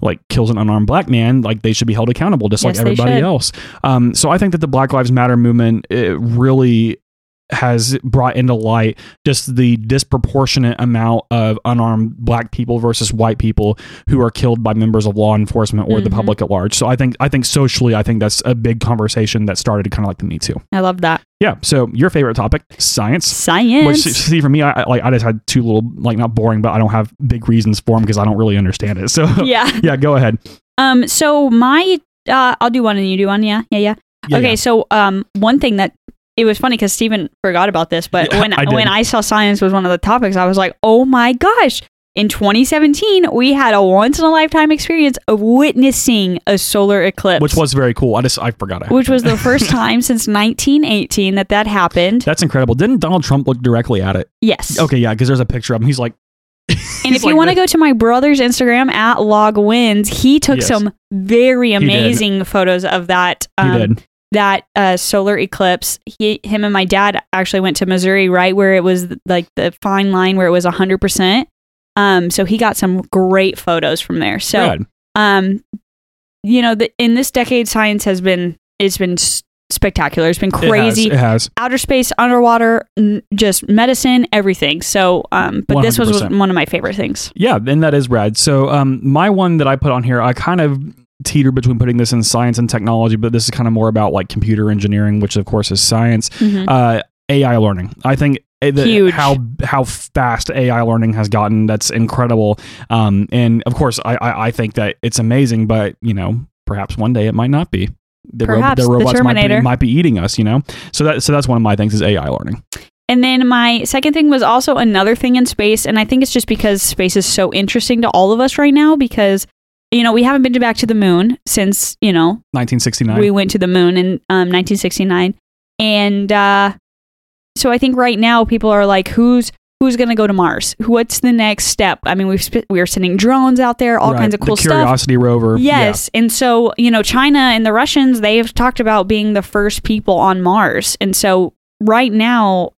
like kills an unarmed black man like they should be held accountable just Yes, like they everybody should. else um so i think that the black lives matter movement it really has brought into light just the disproportionate amount of unarmed black people versus white people who are killed by members of law enforcement or the Mhm. public at large. So I think I think socially I think that's a big conversation that started kind of like the Me Too. I love that. Yeah. So your favorite topic, science. Which [laughs] Science. see for me, I I- like I just had two little like not boring, but I don't have big reasons for them because I don't really understand it. So [laughs] yeah, yeah. go ahead. Um, so my uh, I'll do one and you do one. Yeah, yeah, yeah. Yeah, okay, yeah. so um, one thing that it was funny because Steven forgot about this, but Yeah, when I did. when I saw science was one of the topics, I was like, oh my gosh. In 2017, we had a once in a lifetime experience of witnessing a solar eclipse, Which was very cool. I just I forgot. I which [laughs] was the first time since 1918 that that happened. That's incredible. Didn't Donald Trump look directly at it? Yes. Okay, yeah, because there's a picture of him. He's like, And He's if you like want to this. go to my brother's Instagram at logwins, he took Yes. some very did. amazing photos of that he um, did. that uh, solar eclipse. He, him, and my dad actually went to Missouri, right where it was like the fine line where it was hundred percent. Um, so he got some great photos from there. So, Rad. um, you know, the, in this decade, science has been it's been s- spectacular. It's been It has- crazy. It has. Outer space, underwater, n- just medicine, everything. So, um, but this was 100%. one of my favorite things. Yeah, and that is rad. So, um, my one that I put on here, I kind of teeter between putting this in science and technology, but this is kind of more about like computer engineering, which of course is science. Mhm. Uh, AI learning. I think uh, the, Huge. how how fast AI learning has gotten. That's incredible. Um, and of course, I, I I think that it's amazing, but you know, perhaps one day it might not be. The, rob- Perhaps the the robots might be, Terminator. might be eating us, you know. So that so that's one of my things is AI learning. And then my second thing was also another thing in space. And I think it's just because space is so interesting to all of us right now because, you know, we haven't been to back to the moon since, you know, 1969. we went to the moon in um, 1969. And uh, so I think right now people are like, who's. Who's gonna go to Mars? What's the next step? I mean, we've sp- we are sending drones out there, all Right, kinds of cool the stuff. Curiosity rover. Yes. And so, you know, China and the Russians, they have talked about being the first people on Mars. And so, right now,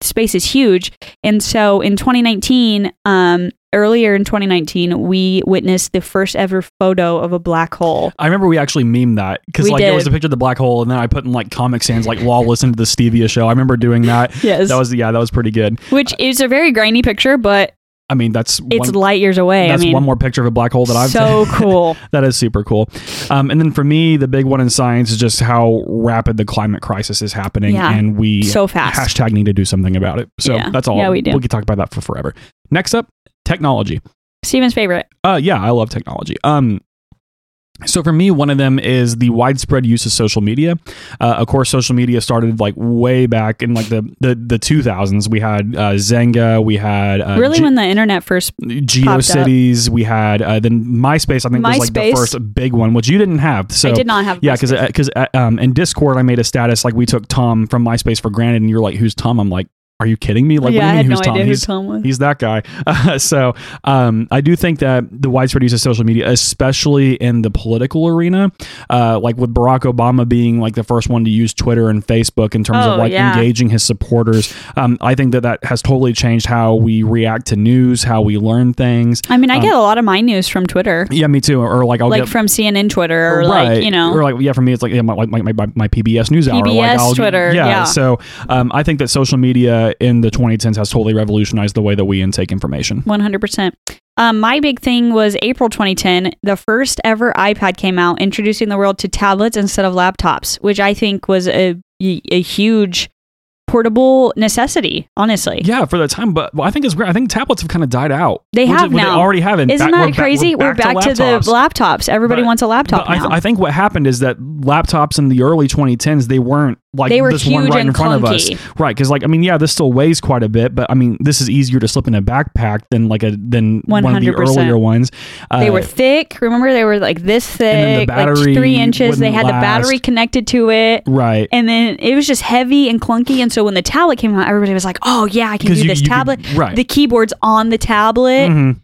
space is huge. And so, in 2019, um, earlier in 2019, we witnessed the first ever photo of a black hole. I remember we actually memed that because We like there was a did. picture of the black hole, and then I put in like Comic Sans, like Lawless into the Stevia show. I remember doing that. Yes. That was yeah, that was pretty good. which is a very grainy picture, but I mean, that's it's one, light years away. that's I mean, one more picture of a black hole that I've so cool. [laughs] that is super cool. Um, and then for me, the big one in science is just how rapid the climate crisis is happening, Yeah. and we So fast. hashtag need to do something about it. So Yeah. that's all. Yeah, we do. We could talk about that for forever. Next up, technology. Steven's favorite. Uh, yeah, I love technology. Um, so for me, one of them is the widespread use of social media. Uh, of course, social media started like way back in like the the the two thousands. We had uh, Zenga, we had uh, really, Ge- when the internet first. popped up. GeoCities, we had uh, then MySpace. I think was like the MySpace. first big one, which you didn't have. So I did not have. yeah, because because um, in Discord, I made a status like we took Tom from MySpace for granted, and you're like, "Who's Tom?" I'm like, "Are you kidding me? Like, yeah, I what do you had mean no who's Tom? idea who He's- Tom was. He's that guy. [laughs] Uh, so um, I do think that the widespread use of social media, especially in the political arena, uh, like with Barack Obama being like the first one to use Twitter and Facebook in terms of Oh, like yeah. engaging his supporters, um, I think that that has totally changed how we react to news, how we learn things. I mean, I um, get a lot of my news from Twitter. Yeah, me too. Or like I'll like get. from CNN Twitter or like you know or like yeah, for me it's like yeah, my, like my, my, my PBS news hour, like PBS, Twitter, yeah. So um, I think that social media in the 2010s has totally revolutionized the way that we intake information. 100%. Um, my big thing was April 2010, the first ever iPad came out, introducing the world to tablets instead of laptops, which I think was a a huge portable necessity, honestly. Yeah, for the time, but well, I think it's great. I think tablets have kind of died out. They Which is- have well, now. They already have. In Isn't fact, that we're ba- crazy? we're back, to, the laptops. Everybody But- wants a But laptop I, now. I think what happened is that laptops in the early 2010s they weren't like They were this one huge right in and front clunky. of us, right? Because like I mean, yeah, this still weighs quite a bit, but I mean, this is easier to slip in a backpack than like a than one of the 100%. earlier ones. Uh, they were thick. Remember, they were like this then the thick, like battery three inches. They wouldn't had the battery last. connected to it. right. And then it was just heavy and clunky. And so when the tablet came out, everybody was like, oh, yeah, I can do you- this you could- tablet. right? the keyboard's on the tablet. Mhm.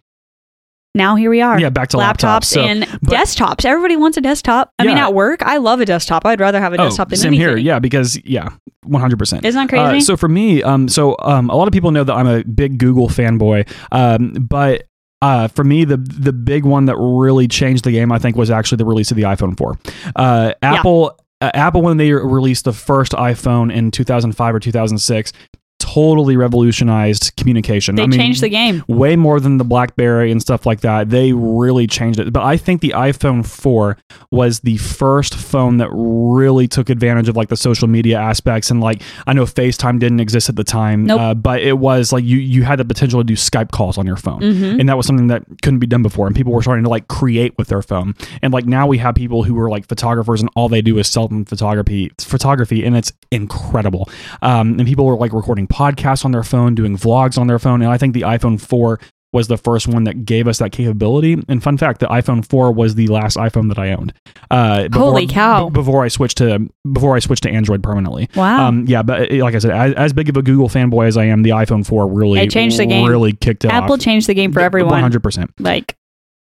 Now here we are. Yeah, back to laptops, laptops. So- and but- desktops. Everybody wants a desktop. I mean, Yeah. at work, I love a desktop. I'd rather have a desktop oh, than same anything. here. Yeah, because yeah, 100. percent Isn't that Uh, crazy? so for me, um, so um, a lot of people know that I'm a big Google fanboy, um, but. Uh, for me, the the big one that really changed the game, I think, was actually the release of the iPhone 4. Uh, Apple uh, Apple when they released the first iPhone in 2005 or 2006 totally revolutionized communication. They I mean, changed the game. way more than the BlackBerry and stuff like that. They really changed it. But I think the iPhone 4 was the first phone that really took advantage of like the social media aspects and like I know FaceTime didn't exist at the time, Nope. uh, but it was like you you had the potential to do Skype calls on your phone. Mhm. And that was something that couldn't be done before and people were starting to like create with their phone. And like now we have people who are like photographers and all they do is sell them photography photography and it's incredible. Um, and people were like recording podcasts on their phone, doing vlogs on their phone. And I think the iPhone 4 was the first one that gave us that capability. And fun fact, the iPhone 4 was the last iPhone that I owned. Uh, before, Holy cow. b- before I switched to before I switched to Android permanently. Wow. Um, yeah, but it- like I said, as, as big of a Google fanboy as I am, the iPhone 4 really It changed the game. Really kicked it Apple off. changed the game for everyone. 100%. Like,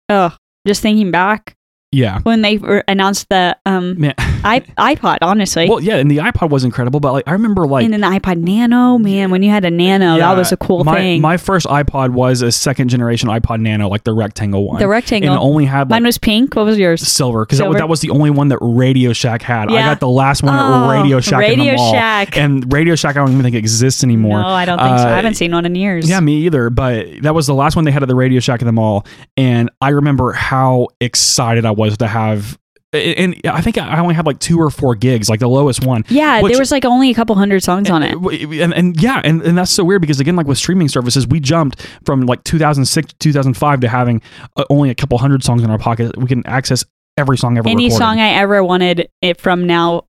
oh, just thinking back Yeah. when they er, announced the um Man. I- iPod, honestly, Well, yeah, and the iPod was incredible, but like I remember like and then the iPod Nano. Man, when you had a Nano, yeah, that was a cool my, thing. My first iPod was a second generation iPod Nano, like the rectangle one. the and rectangle. it only had like Mine was pink. What was yours? silver because that, was- Silver. that was the only one that Radio Shack had. I Yeah. got the last one Oh, at Radio Shack in Radio the mall, Shack. and Radio Shack I don't even think exists anymore. No, I don't think so. Uh, I haven't seen one in years. Yeah, me either. But that was the last one they had at the Radio Shack in the mall, and I remember how excited I was to have. And I think I only had like two or four gigs, like the lowest one. Yeah, Which- there was like only a couple hundred songs on it. W- And, and yeah, and, and that's so weird because again, like with streaming services, we jumped from like 2006 to 2005 to having uh, only a couple hundred songs in our pocket. We can access every song ever Any recorded song I ever wanted it from now.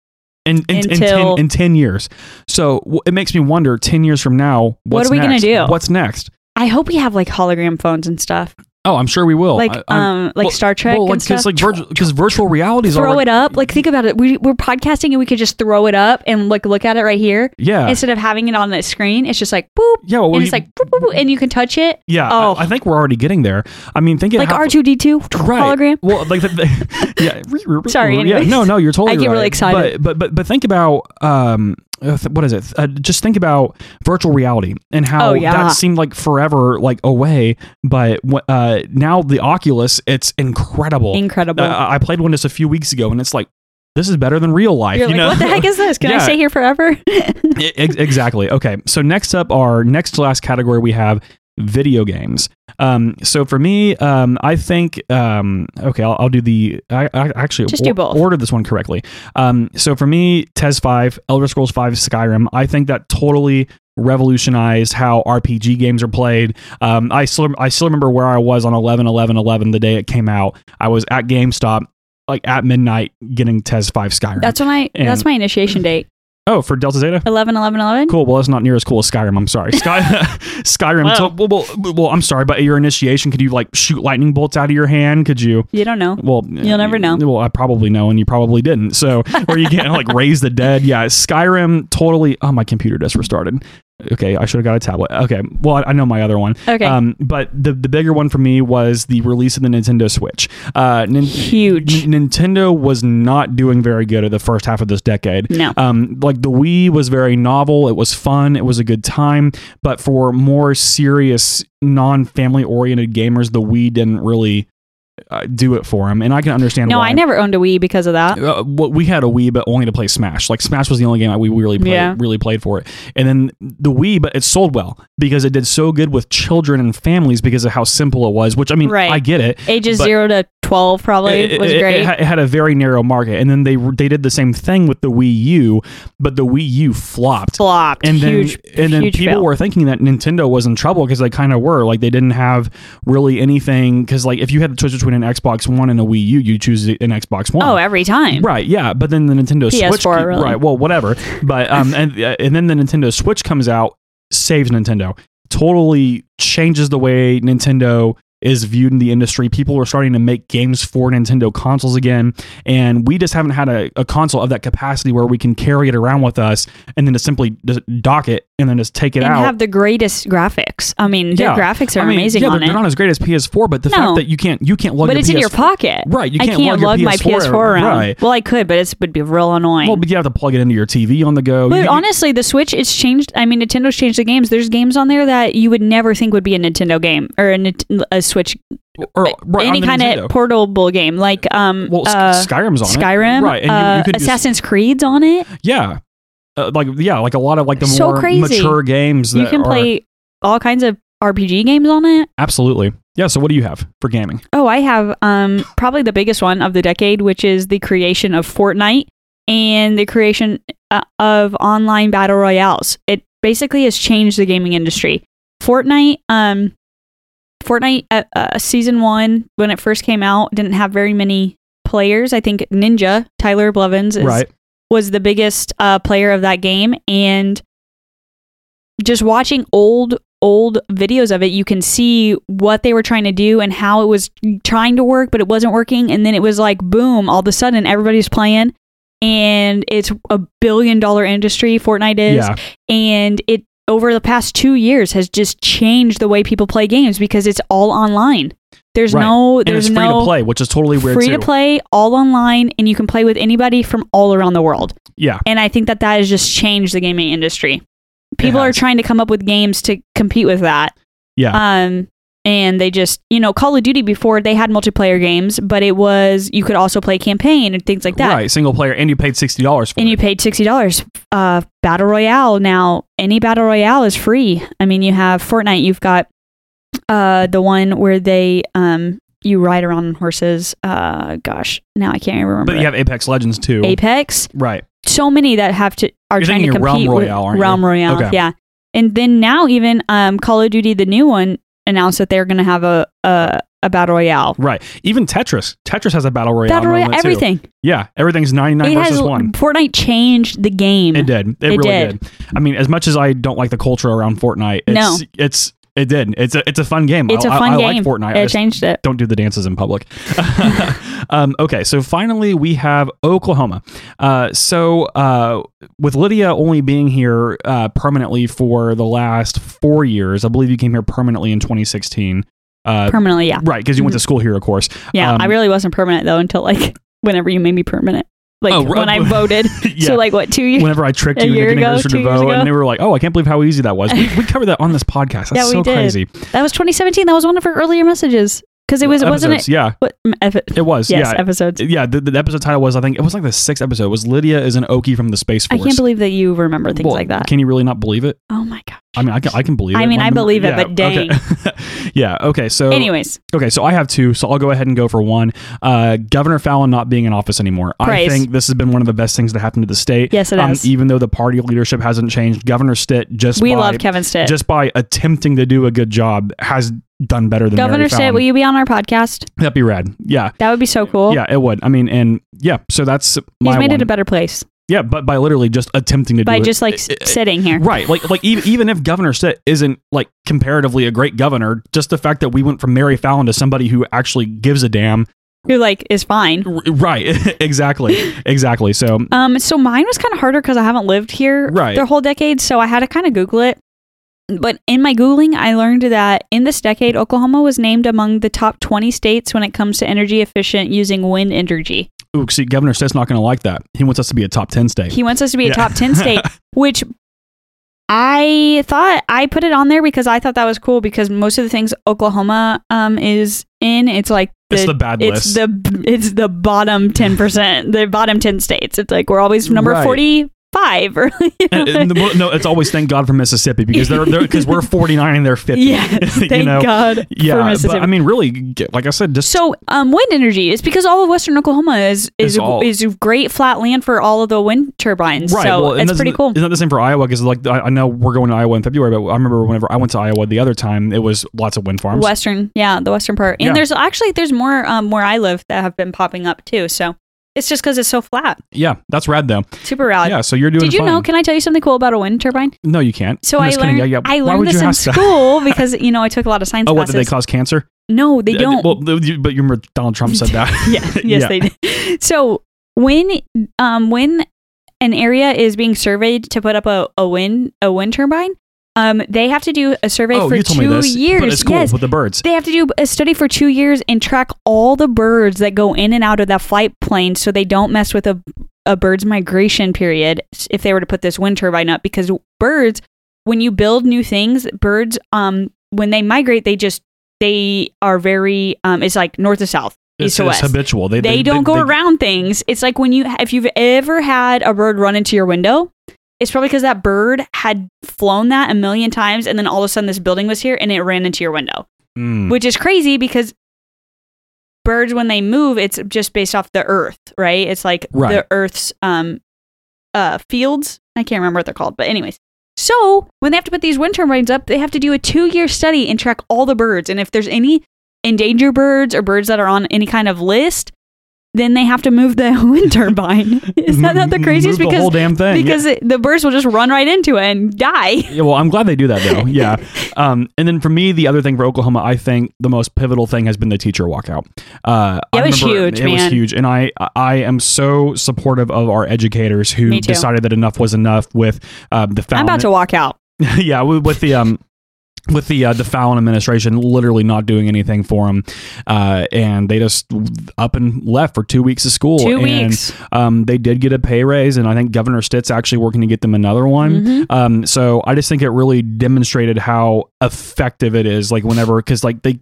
in, in, in, until- 10, in 10 years. So w- it makes me wonder 10 years from now, what's are we gonna next? do? What's next? I hope we have like hologram phones and stuff, Oh, I'm sure we will. like I, I'm- um, like well, Star Trek well, like, and stuff. Cause, like, virtu- 'cause virtual reality is throw already, it up. Like think about it. We we're podcasting and we could just throw it up and like look at it right here Yeah. instead of having it on the screen. It's just like boop, yeah. Well, and we- it's like boop, boop, boop, and you can touch it. yeah, oh. I, I think we're already getting there. I mean, think it Like how- R two D two right. hologram. Well, like the, the, [laughs] yeah. Sorry, Yeah. anyways. No, no, you're totally. I get right. really But excited. but but, but think about um. uh, th- What is it? Uh, just think about virtual reality and how Oh, yeah. that seemed like forever, like away. But wh- uh, now the Oculus, it's incredible. Incredible. Uh, I I played one just a few weeks ago, and it's like this is better than real life. You're you like, know? what the heck is this? Can [laughs] I Yeah. stay here forever? E- ex- exactly. Okay. So next up, our next to last category, we have video games. Um, so for me, um, I think um, okay, I'll, I'll do the. I, I actually Just do both. ordered this one correctly. Um, so for me, Tes Five, Elder Scrolls Five, Skyrim. I think that totally revolutionized how RPG games are played. Um, I still I still remember where I was on 11 11 11 the day it came out. I was at GameStop like at midnight getting Tes 5 Skyrim. that's when I. And- that's my initiation date. oh, for Delta Zeta? 11, 11, 11. Cool. Well, that's not near as cool as Skyrim. I'm sorry. Sky, Skyrim. Wow. So, well, well, well, I'm sorry, but at your initiation, could you like shoot lightning bolts out of your hand? Could you? You don't know. Well, You'll never know. Well, I probably know, and you probably didn't. [laughs] So, or you can't like raise the dead. Yeah, Skyrim totally. Oh, my computer just restarted. Okay, I should have got a tablet. Okay, well, I, I know my other one. Okay. Um, but the the bigger one for me was the release of the Nintendo Switch. Uh, nin- Huge. N- Nintendo was not doing very good at the first half of this decade. No. Um, like the Wii was very novel. It was fun. It was a good time. But for more serious, non-family oriented gamers, the Wii didn't really uh, do it for them. And I can understand. No, why. I never owned a Wii because of that. Uh, well, we had a Wii, but only to play Smash. Like Smash was the only game that we really played, Yeah. really played for it. And then the Wii, but it sold well because it did so good with children and families because of how simple it was. Which I mean, Right. I get it. Ages But- zero to twelve probably It- was it, it- great. It, ha- it had a very narrow market, and then they they did the same thing with the Wii U, but the Wii U flopped. Flopped. And then, huge. and then huge people fail. were thinking that Nintendo was in trouble because they kind of were. Like they didn't have really anything because like if you had to choose between an Xbox One and a Wii U, you choose an Xbox One. Oh, every time. Right, yeah, but then the Nintendo PS4 Switch, came- really. right? Well, whatever. But um, and and then the Nintendo Switch comes out, saves Nintendo, totally changes the way Nintendo is viewed in the industry. People are starting to make games for Nintendo consoles again, and we just haven't had a, a console of that capacity where we can carry it around with us and then just simply just dock it and then just take it and out. have the greatest graphics. I mean, Yeah. their graphics are I mean, amazing yeah, on they're, it. they're not as great as PS4, but the No. fact that you can't you can't lug but your it's in your PS4 pocket. Right, you I can't, can't lug, lug your my PS4 PS4 around. Right. Well, I could, but it's would be real annoying. Well, but you have to plug it into your TV on the go. but You- honestly, the Switch it's changed. I mean, Nintendo's changed the games. There's games on there that you would never think would be a Nintendo game or a, Nint- a Switch, or right, on any the kind Nintendo. of portable game like um well, S- uh, Skyrim's on Skyrim, it, right? And you- you, uh, could just- Assassin's Creed's on it. yeah, uh, like yeah, like a lot of like the So more crazy. mature games. That You can are- play all kinds of RPG games on it. absolutely. Yeah. So what do you have for gaming? Oh, I have um probably the biggest one of the decade, which is the creation of Fortnite and the creation uh, of online battle royales. It basically has changed the gaming industry. Fortnite, um, Fortnite uh, uh, season one when it first came out didn't have very many players. I think Ninja Tyler Blevins is right. was the biggest uh, player of that game and just watching old old videos of it you can see what they were trying to do and how it was trying to work but it wasn't working and then it was like boom all of a sudden everybody's playing and it's a billion dollar industry fortnite is Yeah. and it over the past two years has just changed the way people play games because it's all online there's Right. no And there's it's free no to play, which is totally weird free too. to play all online and you can play with anybody from all around the world Yeah. and I think that that has just changed the gaming industry. People are has. trying to come up with games to compete with that. Yeah. Um, and they just, you know, Call of Duty before they had multiplayer games, but it was you could also play campaign and things like that. Right, single player, and you paid sixty dollars for And it. you paid sixty dollars. Uh, battle royale now. Any battle royale is free. I mean, you have Fortnite. You've got uh, the one where they um, you ride around on horses. Uh, gosh, now I can't even remember. but it. you have Apex Legends too, Apex right? so many that have to are You're trying to thinking Realm compete Royale, with aren't you? Realm Royale. Okay. Yeah, and then now even um, Call of Duty, the new one, announced that they're going to have a, a a battle royale. Right. Even Tetris. Tetris has a battle royale. Battle royale, moment, too. everything. Yeah, everything's ninety nine It versus has one. Fortnite changed the game. It did. It, really did. Mm-hmm. did. I mean, as much as I don't like the culture around Fortnite, it's, No. it's it did. It's a it's a fun game. It's a a fun I, I game. like Fortnite. I It just [laughs] changed it. don't do the dances in [laughs] public. [laughs] um, okay, so finally we have Oklahoma. Uh, so uh, with Lydia only being here uh, permanently for the last four years, I believe you came here permanently in 2016. Uh, Permanently, yeah, right, because you went to school here, of course. yeah. um, I really wasn't permanent though until like [laughs] whenever you made me permanent, like Oh, right. [laughs] when I voted. Yeah. [laughs] So like what two years? Whenever I tricked A you into year getting ago, registered two to years vote, ago? and they were like, "Oh, I can't believe how easy that was." We, we covered that on this [laughs] podcast. That's Yeah, we so did. crazy. that was 2017. That was one of her earlier messages because it was wasn't Episodes, it? Yeah, What, mm, epi- it was. yes, yeah, episodes. yeah. The, the episode title was I think it was like the sixth episode. It was Lydia is an Okie from the space I force. can't believe that you remember things Well, like that. Can you really not believe it? Oh my god. I mean, I can, I can believe I it. mean, Well, I mean, believe it, but okay. yeah, okay. [laughs] So, Anyways, okay, so I have two, so I'll go ahead and go for one. Uh, Governor Fallon not being in office anymore. Praise. I think this has been one of the best things that happened to the state. Yes, it um, has. Even though the party leadership hasn't changed, Governor Stitt just we by, love Kevin Stitt. just by attempting to do a good job has done better than Governor Mary Stitt, Fallon. will you be on our podcast? That'd be rad. Yeah. That would be so cool. Yeah, it would. I mean, and yeah, so that's my He's made one. it a better place yeah, but by literally just attempting to by do it. Uh, just like s sitting here. Right, like like even, even if Governor Stitt isn't like comparatively a great governor, just the fact that we went from Mary Fallon to somebody who actually gives a damn. Who like is fine. R- Right, [laughs] exactly, exactly. So Um so mine was kind of harder cuz I haven't lived here Right. the whole decade, so I had to kind of google it. But in my googling, I learned that in this decade Oklahoma was named among the top 20 states when it comes to energy efficient using wind energy. ooh, see, Governor Stitt's not going to like that. He wants us to be a top ten state. He [laughs] wants us to be Yeah. a top [laughs] 10 state, which I thought I put it on there because I thought that was cool because most of the things Oklahoma um is in, it's like It's the bad list. it's the it's the bottom 10%, the bottom 10 states. It's like we're always number Right. 45 or [laughs] you know, And- and the- no, it's always thank God for Mississippi because they're because we're forty nine and they're [laughs] fifty. Yes, [laughs] You thank know? God Yeah, for but Mississippi. I mean, really, g- like I said, just so um, wind energy is because all of western Oklahoma is It's is all- is great flat land for all of the wind turbines. Right. so well, and it's that's- pretty cool. Isn't that the same for Iowa? Because like I, I know we're going to Iowa in February, but I remember whenever I went to Iowa the other time, it was lots of wind farms. Western, yeah, the western part. And Yeah. there's actually there's more um, where I live that have been popping up too. So it's just because it's so flat, Yeah, that's rad though. super rad. Yeah, so you're doing. Uh, Did you fine. know? Can I tell you something cool about a wind turbine? No, you can't. So I'm I just learned kidding. Yeah, yeah. I Why would learned you this in ask that? school because you know I took a lot of [laughs] science Oh, what classes. did they cause cancer? no, they Uh, [laughs] don't. Well, th- but you remember Donald Trump said that. [laughs] yeah, [laughs] yes, Yeah. they did. So when um when an area is being surveyed to put up a, a wind a wind turbine, um they have to do a survey oh, for you two told me this. years. But it's cool yes, with the birds. They have to do a study for two years and track all the birds that go in and out of that flight plane so they don't mess with a, a bird's migration period if they were to put this wind turbine up. Because birds, when you build new things, birds, um, when they migrate, they just they are very um it's like north to south east It's, to it's west habitual. They, they, don't go around things it's like when you if you've ever had a bird run into your window it's probably because that bird had flown that a million times and then all of a sudden this building was here and it ran into your window Mm. which is crazy because birds when they move it's just based off the earth right it's like Right. the earth's um uh fields i can't remember what they're called but anyways so when they have to put these wind turbines up they have to do a two year study and track all the birds and if there's any endangered birds or birds that are on any kind of list then they have to move the [laughs] wind turbine is that not the M- craziest [laughs] Mm-hmm. move the whole damn because thing. Yeah. because it, the birds will just run right into it and die Yeah, well, I'm glad they do that [laughs] though. Yeah. Um, and then for me, the other thing for Oklahoma, I think the most pivotal thing has been the teacher walkout. Uh, I It was huge, It was man. huge, and I I am so supportive of our educators who Me too. decided that enough was enough with um, the found. i'm about to walk out [laughs] yeah, with, with the um. With the uh, the Fallon administration literally not doing anything for them, uh, and they just up and left for two weeks of school. and, two weeks Um, they did get a pay raise, and I think Governor Stitt's actually working to get them another one. Mhm. Um, so I just think it really demonstrated how effective it is. Like whenever, because like they,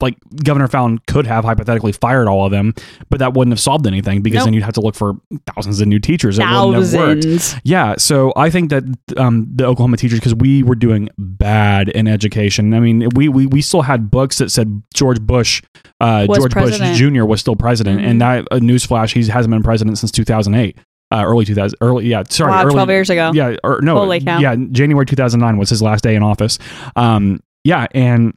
like Governor Fallon could have hypothetically fired all of them, but that wouldn't have solved anything because Nope. then you'd have to look for thousands of new teachers. It wouldn't have worked. thousands Yeah, so I think that um, the Oklahoma teachers, because we were doing bad in education. I mean, we we, we still had books that said George Bush, uh, Was George president. Mm-hmm. Bush Jr. was still president, and that uh, newsflash, he hasn't been president since 2008, uh, early 2000, early yeah, sorry, wow, early, 12 years ago. yeah, or no, Holy cow. yeah, January 2009 was his last day in office. Um, yeah, and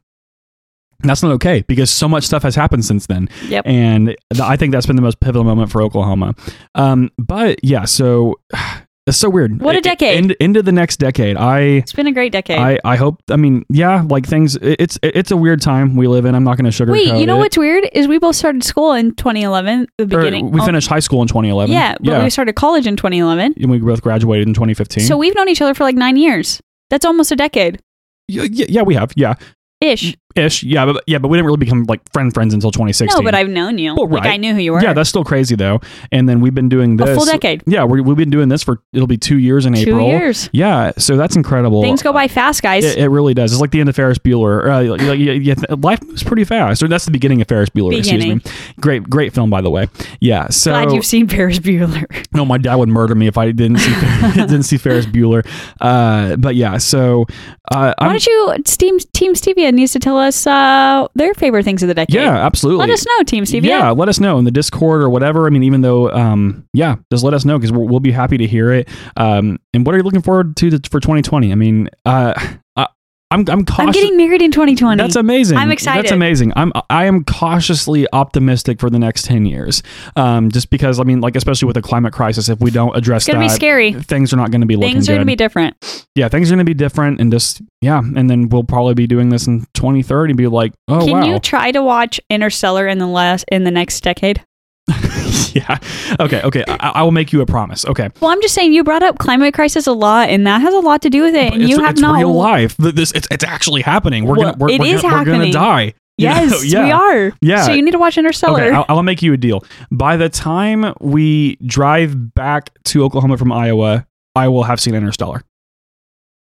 that's not okay because so much stuff has happened since then. Yep. And th- I think that's been the most pivotal moment for Oklahoma. Um, but yeah, so [sighs] it's so weird. What a It- decade. End, into the next decade. I. It's been a great decade. I, I hope I mean yeah like things it- it's it's a weird time we live in I'm not going to sugarcoat Wait, you know it. what's weird is we both started school in 2011, the Or beginning. we Oh, finished high school in 2011 Yeah, but we started college in 2011. and we both graduated in 2015 So we've known each other for like nine years. That's almost a decade yeah, yeah yeah, we have yeah ish. ish yeah but yeah but we didn't really become like friend friends until 2016 No, but I've known you. Well, Like right. I knew who you were. yeah that's still crazy though and then we've been doing a this full decade. yeah we we've been doing this for it'll be two years in Two April years. yeah so that's incredible Things go by fast, guys. It, it really does. It's like the end of Ferris Bueller. Uh, like, like, you- you- life moves pretty fast, or that's the beginning of Ferris Bueller. Beginning. Excuse me. Great, great film, by the way. Yeah. So Glad you've seen [laughs] Ferris Bueller. no, my dad would murder me if I didn't see [laughs] didn't see Ferris Bueller. Uh, but yeah. So uh, Why I'm, don't you, Team, Team Stevia needs to tell us uh, their favorite things of the decade. yeah, absolutely. Let us know, Team Stevia. Yeah, let us know in the Discord or whatever. I mean, even though, um, yeah, just let us know because we'll, we'll be happy to hear it. Um, and what are you looking forward to th- for 2020? I mean, uh, I, I'm I'm cautious. I'm getting married in 2020. That's amazing. I'm excited. That's amazing. I'm I am cautiously optimistic for the next ten years, um, just because I mean, like especially with the climate crisis, if we don't address it's going to be that, scary. things are not going to be looking Things are good. going to be different. yeah, things are going to be different, and just yeah, and then we'll probably be doing this in 2030 and be like, oh Can wow, you try to watch Interstellar in the last in the next decade? [laughs] yeah, okay, okay, I, I will make you a promise. Okay, Well, I'm just saying you brought up climate crisis a lot, and that has a lot to do with it. And it's, you have it's not. real life. Th- This it's, it's actually happening. We're Well, gonna we're, it we're is gonna, we're gonna happening. die. [laughs] You know? [laughs] Yes, yeah. we are. Yeah. So you need to watch Interstellar. Okay, I'll, I'll make you a deal. By the time we drive back to Oklahoma from Iowa, I will have seen Interstellar.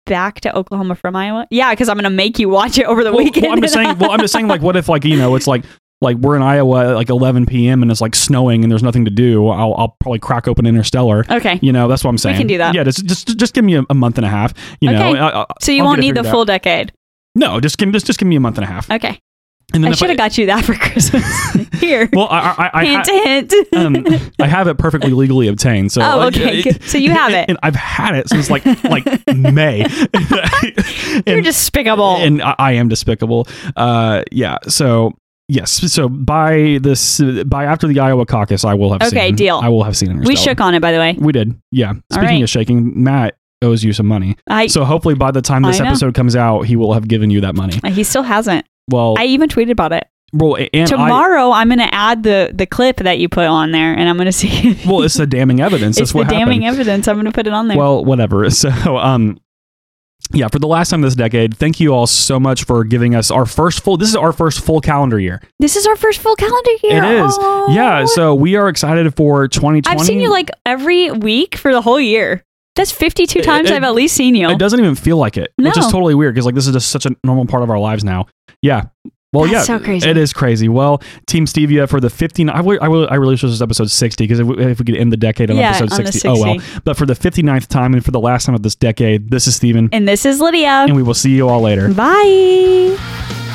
Back to Oklahoma from Iowa. Yeah, because I'm gonna make you watch it over the Well, weekend. well, I'm just saying. Well, I'm just saying. Like, what if, like, you know, it's like, like we're in Iowa at like 11 p.m. and it's like snowing and there's nothing to do. I'll, I'll probably crack open Interstellar. [laughs] okay. You know, that's what I'm saying. can do that. Yeah, just just, just give me a, a month and a half. You know, Okay. I- I- So you I'll won't get it need the figured out. full decade. no, just give me just just give me a month and a half. Okay. And I if should have got you that [laughs] for Christmas. Here. Well, I I, I, hint, I hint. [laughs] um, I have it perfectly legally obtained. So oh, like, okay. it- good. so you have it. And I've had it since like like May. and, [laughs] You're despicable. and I, I am despicable. Uh, yeah. So yes. So by this by after the Iowa caucus, I will have Okay, seen, deal. I will have seen. we Interstellar. shook on it, by the way. We did. Yeah. Speaking right. of shaking, Matt owes you some money. I So hopefully by the time this I know. episode comes out, he will have given you that money. he still hasn't. Well, I even tweeted about it. well, a- and I. Tomorrow, I, am going to add the the clip that you put on there, and I'm going to see. If [laughs] Well, it's the damning evidence. it's That's the what happened. damning evidence. I'm going to put it on there. Well, whatever. [laughs] So, um, yeah, for the last time this decade, thank you all so much for giving us our first full. This is our first full calendar year. this is our first full calendar year. It is. Oh. Yeah, so we are excited for 2020. I've seen you like every week for the whole year. That's 52 It- times it- I've at least seen you. It doesn't even feel like it, which is No. totally weird because like this is just such a normal part of our lives now. Yeah, Well, That's yeah, so crazy. it is crazy. Well, Team Stevia for the 15. I will, I will, I really wish this was episode 60 because if, we- if we could end the decade on Yeah, episode on the 60, oh well. But for the 59th time and for the last time of this decade, this is Steven, And this is Lydia. and we will see you all later. Bye.